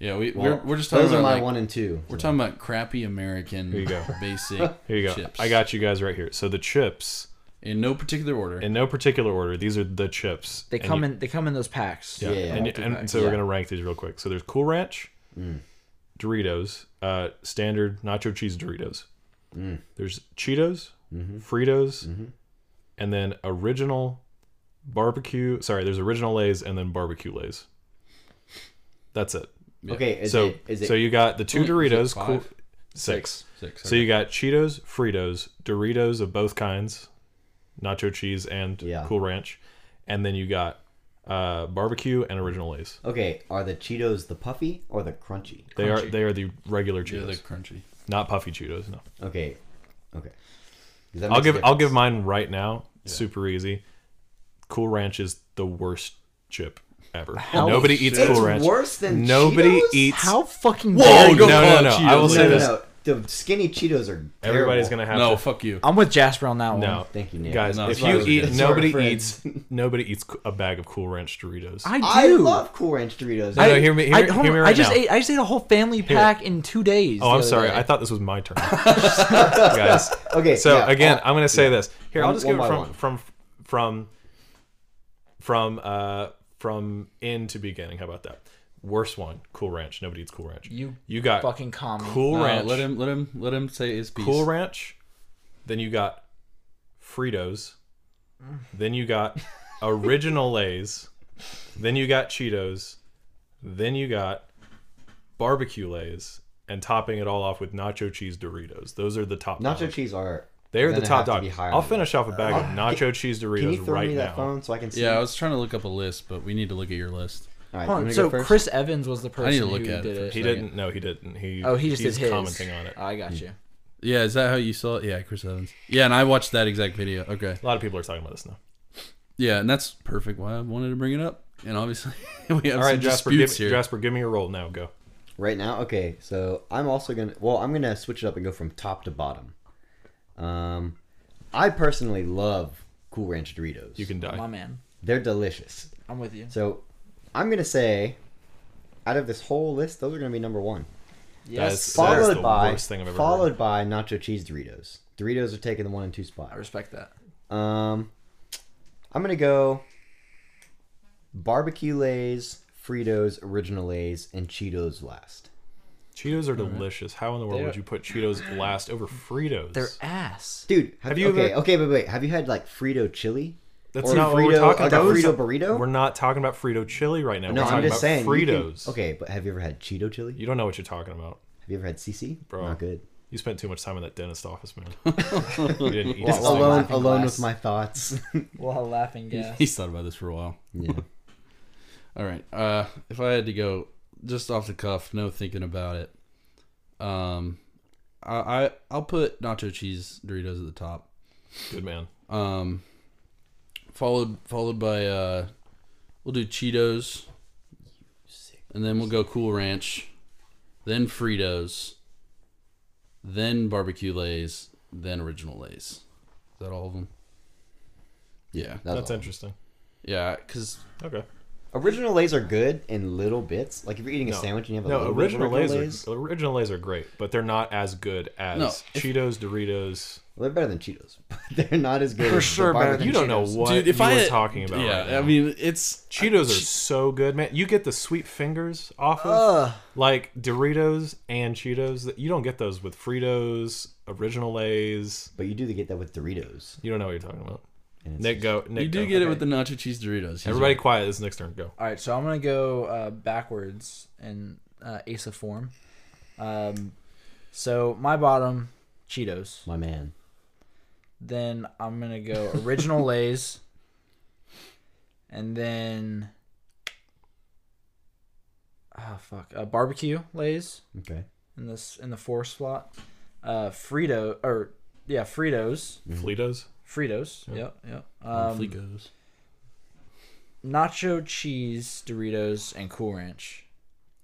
yeah, we
Well,
we're, we're just talking
those
about
are my
like,
one and two.
we're talking about crappy American
Here you go.
basic.
Here you go.
Chips.
I got you guys right here. So the chips,
in no particular order.
in no particular order, these are the chips.
they
And
come
you-
in. They come in those packs.
Yeah,
Yeah,
and,
yeah.
and so
Yeah. Mm.
we're gonna rank these real quick. So there's Cool Ranch, Doritos, uh, standard nacho cheese Doritos.
Mm.
There's Cheetos,
Mm-hmm.
Fritos, and then original barbecue. Sorry, there's original Lay's and then barbecue Lay's. That's it.
Okay, is
so
it is it
so you got the two
Only- is it
Doritos, cool,
five?
six.
Six.
So you got Cheetos, Fritos, Doritos of both kinds, nacho cheese and
Yeah.
Cool Ranch, and then you got uh, barbecue and original Lay's.
okay? Are the Cheetos the puffy or the crunchy?
They are they are the regular
Yeah,
Cheetos,
they're crunchy.
not puffy Cheetos. No,
Okay, okay. 'Cause that
I'll
makes a
give I'll give
difference.
mine right now. Super easy. Cool Ranch is the worst chip ever. Nobody eats
shit.
Cool
It's
Ranch.
worse than
Nobody
Cheetos?
eats.
How fucking
Whoa,
dare you?
no,
Go
no,
fuck
no. I
Cheetos.
will
No,
say
no,
this.
no, The skinny Cheetos are. Terrible.
Everybody's gonna have
No,
to.
fuck you.
I'm with Jasper on that one.
No,
Thank you, Nick.
guys.
No,
if
it's not
you
really
eat,
good.
It's our
nobody eats.
friends.
Nobody eats a bag of Cool Ranch Doritos.
I do.
I love Cool Ranch Doritos.
No, no, hear me- hear-
I, hold
hear me
on,
right
I just
now.
ate. I just ate a whole family pack in two days.
Oh,
the
I'm
other
sorry.
day.
I thought this was my turn, guys.
Okay,
So
yeah,
again,
I'll-
I'm gonna say this. Here, I'll
One-
just
one
give it
by
from
one.
from from from uh from end to beginning. How about that? Worst one, Cool Ranch. Nobody eats Cool Ranch.
You
you got
fucking common.
Cool
No,
Ranch.
Uh, let him let him let him say his piece.
Cool Ranch. Then you got Fritos. Then you got Original Lays. Then you got Cheetos. Then you got barbecue Lays. And topping it all off with nacho cheese Doritos. Those are the top.
Nacho
dog.
cheese are.
They're
gonna
the top
have to
dog.
be higher
I'll
than
finish off a bag of nacho cheese
that. Can you
Doritos
throw
right
me that
now.
phone so I can see?
Yeah, I was trying to look up a list, but we need to look at your list.
All right,
Hold
I'm
on,
gonna
so
go first.
Chris Evans was the person
need to look
who
at it
did it.
first.
He
Second.
didn't. No, he didn't. He.
oh, he just
he's
did his.
commenting on it. Mm.
I got you.
Yeah, is that how you saw it? Yeah, Chris Evans. Yeah, and I watched that exact video. Okay.
A lot of people are talking about this now.
Yeah, and that's perfect why I wanted to bring it up. And obviously, we have
All right,
some
Jasper. Give,
disputes
me-
here.
Jasper, give me a roll now. Go.
Right now, okay. So I'm also gonna. Well, I'm gonna switch it up and go from top to bottom. Um, I personally love Cool Ranch Doritos.
You can die.
My man,
They're delicious.
I'm with you.
So I'm gonna say, out of this whole list, those are gonna be number one.
Yes.
Yes,
That is
Followed
the
by
worst thing I've ever
followed by nacho cheese Doritos. Doritos are taking the one and two spot.
I respect that.
Um, I'm gonna go barbecue lays, Fritos, original lays, and Cheetos last.
Cheetos are delicious. How in the world
They're-
would you put Cheetos last over Fritos?
Their ass.
Dude, have,
Have you
you okay?
ever-
Okay, wait, wait. Have you had like Frito chili?
That's
Or
not what we're
Frito-
talking
like a
about.
Frito burrito?
We're not talking about Frito chili right now.
No,
we're talking
I'm just
about
saying. you can-
Fritos.
okay, but have you ever had Cheeto chili?
You don't know what you're talking about.
Have you ever had CC?
Bro.
Not good.
You spent too much time in that dentist office, man. you didn't eat
Just
anything.
alone,
laughing
alone
glass.
with my thoughts.
While laughing gas.
He's thought about this for a while.
yeah.
All right. Uh, if I had to go just off the cuff, no thinking about it, um, I, I I'll put nacho cheese Doritos at the top.
Good man.
Um, followed followed by uh, we'll do Cheetos, and then we'll go Cool Ranch, then Fritos, then barbecue Lay's, then original Lay's. Is that all of them? Yeah,
that was
That's
all.
interesting.
yeah. Cause
Okay.
Original Lays are good in little bits. Like if you're eating a
No.
sandwich and you have a
No,
little
original
bit of
Lay's, Are, original Lay's are great, but they're not as good as
No, if-
Cheetos, Doritos.
well, they're better than Cheetos. But they're not as good.
For
as the
sure better
barbecue
You
than
don't know
Cheetos.
what
dude, if
you
I
were
had-
talking about.
yeah,
right now.
I mean it's
Cheetos are so good, man. You get the sweet fingers off of like Doritos and Cheetos. That you don't get those with Fritos, Original Lay's.
But you do get that with Doritos.
You don't know what you're talking about.
And it's
Nick, go. Nick,
You do
go.
get it with the nacho cheese Doritos. He's
Everybody,
right.
quiet. It's Nick's turn. Go.
All right, so I'm gonna go uh, backwards in uh, Asa form. Um, so my bottom Cheetos.
my man.
Then I'm gonna go original Lay's, and then ah fuck, uh, barbecue Lay's
Okay.
in this in the four slot. Uh, Frito or yeah Fritos,
Flitos.
Fritos. Yep, yep.
Um,
Um, nacho cheese Doritos and Cool Ranch.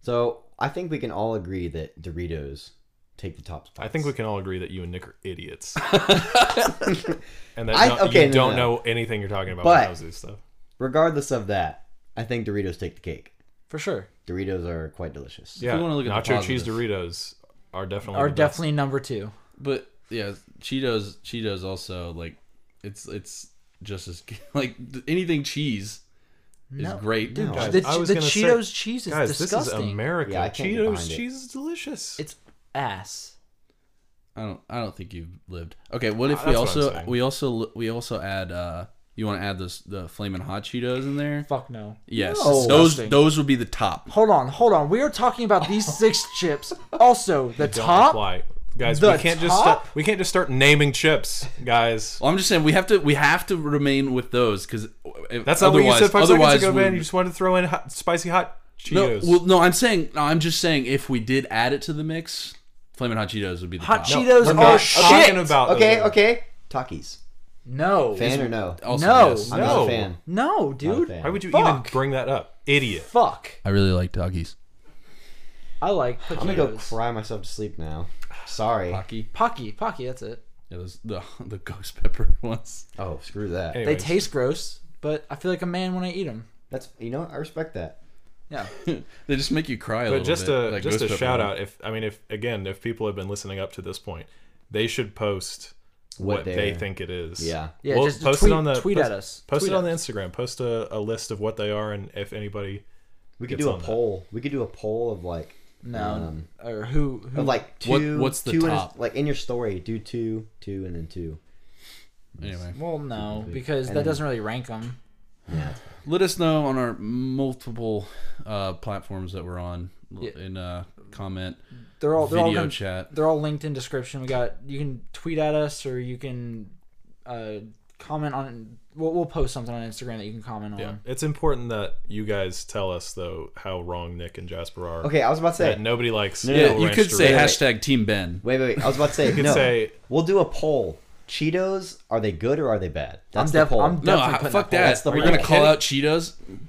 So I think we can all agree that Doritos take the top spot.
I think we can all agree that you and Nick are idiots, and that
I-
don't-
okay,
you
no,
don't
no.
know anything you're talking about
But-
when it comes to this stuff.
regardless of that, I think Doritos take the cake.
For sure.
Doritos are quite delicious.
Yeah,
wanna look at the
nacho cheese
positive.
Doritos are definitely
Are
the best.
definitely number two.
But yeah, Cheetos. Cheetos also like it's it's just as good. like th- anything cheese is
No,
great.
no.
Guys,
The,
I was
the
gonna say-
Cheetos cheese is
Guys,
disgusting.
this is America.
Yeah, I can't get
Cheetos
behind it.
cheese is delicious.
it's ass.
I don't I don't think you've lived. Okay, what if
Uh,
we
that's what I'm
also
saying.
we also we also add uh you want to add this the flaming hot Cheetos in there?
Fuck no.
Yes,
No.
those
Disgusting.
those would be the top.
Hold on, hold on. We are talking about these six chips. Also, the
Don't
top.
apply. guys.
The
we can't just start,
top?
we can't just start naming chips, guys.
Well, I'm just saying we have to we have to remain with those because
That's not what you said five
otherwise
seconds ago,
we-
man. You just wanted to throw in hot, spicy hot
No,
Cheetos.
well, no, I'm saying, no, I'm just saying, if we did add it to the mix, Flamin' Hot Cheetos would be the
Hot
top.
Cheetos
we're
are
not
oh, shit.
talking about those.
Okay, okay. Takis.
No.
Fan or no?
Also,
No.
yes.
I'm not
Oh, No.
a fan.
No,
Not a
dude.
fan.
Why would you
Fuck.
even bring that up, idiot?
Fuck.
I really like doggies.
I like
I'm
Pocky.
gonna go cry myself to sleep now. Sorry.
Pocky.
Pocky, Pocky, that's it.
Yeah, those the the ghost pepper ones.
Oh, screw
Anyway.
that.
They
Anyways.
taste gross, but I feel like a man when I eat them.
That's you know what? I respect that.
Yeah.
they just make you cry a
But
little
just
bit.
a
that
just
ghost
a
pepper
shout
one.
out. If I mean, if again, if people have been listening up to this point, they should post
What
what, they
they're-
think it is.
Yeah.
Yeah,
Well,
just
post
tweet,
it on the
tweet
post,
at us.
Post
Tweet
it on
at
the
us.
Instagram. Post a, a list of what they are and if anybody.
We could
Gets
do a
on that.
poll. We could do a poll of like
No.
um,
or who? who
of like
What-
two.
what's the
two in a-
top?
like in your story, do two, two, and then two.
Anyway,
well, no, because
And
that
then-
doesn't really rank them.
let us know on our multiple uh, platforms that we're on
Yeah.
in uh, comment,
They're all they're all
video
gonna-
chat.
they're all linked in description. We got you can tweet at us or you can uh, comment on. We'll, we'll post something on Instagram that you can comment on.
Yeah, it's important that you guys tell us though how wrong Nick and Jasper are.
Okay, I was about to say.
that nobody likes.
no, no,
Yellow
Yeah, you
Ranch
could say
Doritos.
hashtag Team Ben.
Wait, wait, wait. I was about to say.
You could
no.
say
We'll do a poll. Cheetos, are they good or are they bad? That's
I'm
the
def-
poll.
I'm
No,
definitely
I-
putting
fuck
that.
that.
That's the
We're
right
gonna
one.
call out Cheetos.
I'm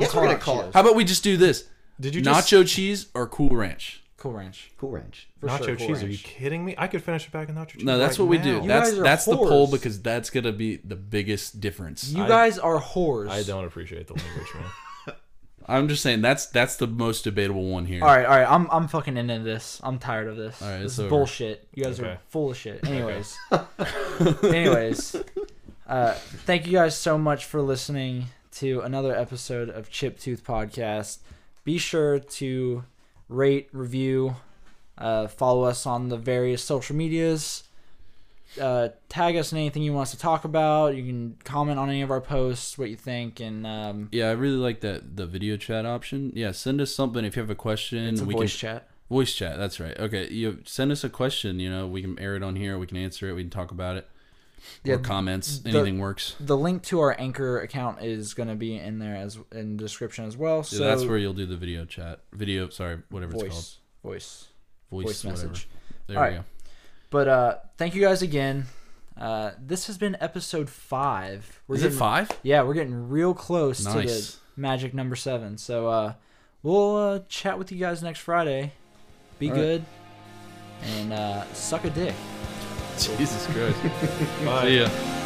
Yes, we're
calling
gonna call it
Cheetos.
How about we just do this?
Did you just-
nacho cheese or Cool Ranch?
Cool Ranch.
Cool Ranch.
For
nacho
sure, Cool
cheese. Are you
Ranch.
kidding me? I could finish a bag of nacho cheese.
No, that's
right
what we
now.
do.
You
that's
guys are
that's the poll
whores.
because that's gonna be the biggest difference.
You
I-
guys are whores.
I don't appreciate the language, man.
I'm just saying that's that's the most debatable one here.
All right, all right. I'm I'm fucking into this. I'm tired of this.
right,
this
it's
is
over.
bullshit. You guys are
Okay.
full of shit. Anyways, anyways, uh, thank you guys so much for listening to another episode of Chip Tooth Podcast. Be sure to rate, review, uh, follow us on the various social medias. uh, tag us in anything you want us to talk about. You can comment on any of our posts, what you think, and um,
Yeah, I really like that the video chat option. Yeah, send us something if you have a question.
it's a
we
voice
can
chat.
voice chat. That's right. Okay, you send us a question. You know, we can air it on here. We can answer it. We can talk about it.
Yeah,
or comments.
the-
Anything works.
The link to our Anchor account is going to be in there as in the description as well. So
So that's where you'll do the video chat. Video. Sorry, whatever it's called.
voice, voice.
Voice,
voice
whatever.
message.
There
All
we
right. But uh, thank you guys again. Uh, this has been episode five.
go.
We're
Is it
getting,
five?
Yeah, we're getting real close to the
Nice.
magic number seven. So uh, we'll uh, chat with you guys next Friday. Be
All right.
good and uh, suck a dick.
Jesus Christ.
Bye.
See ya.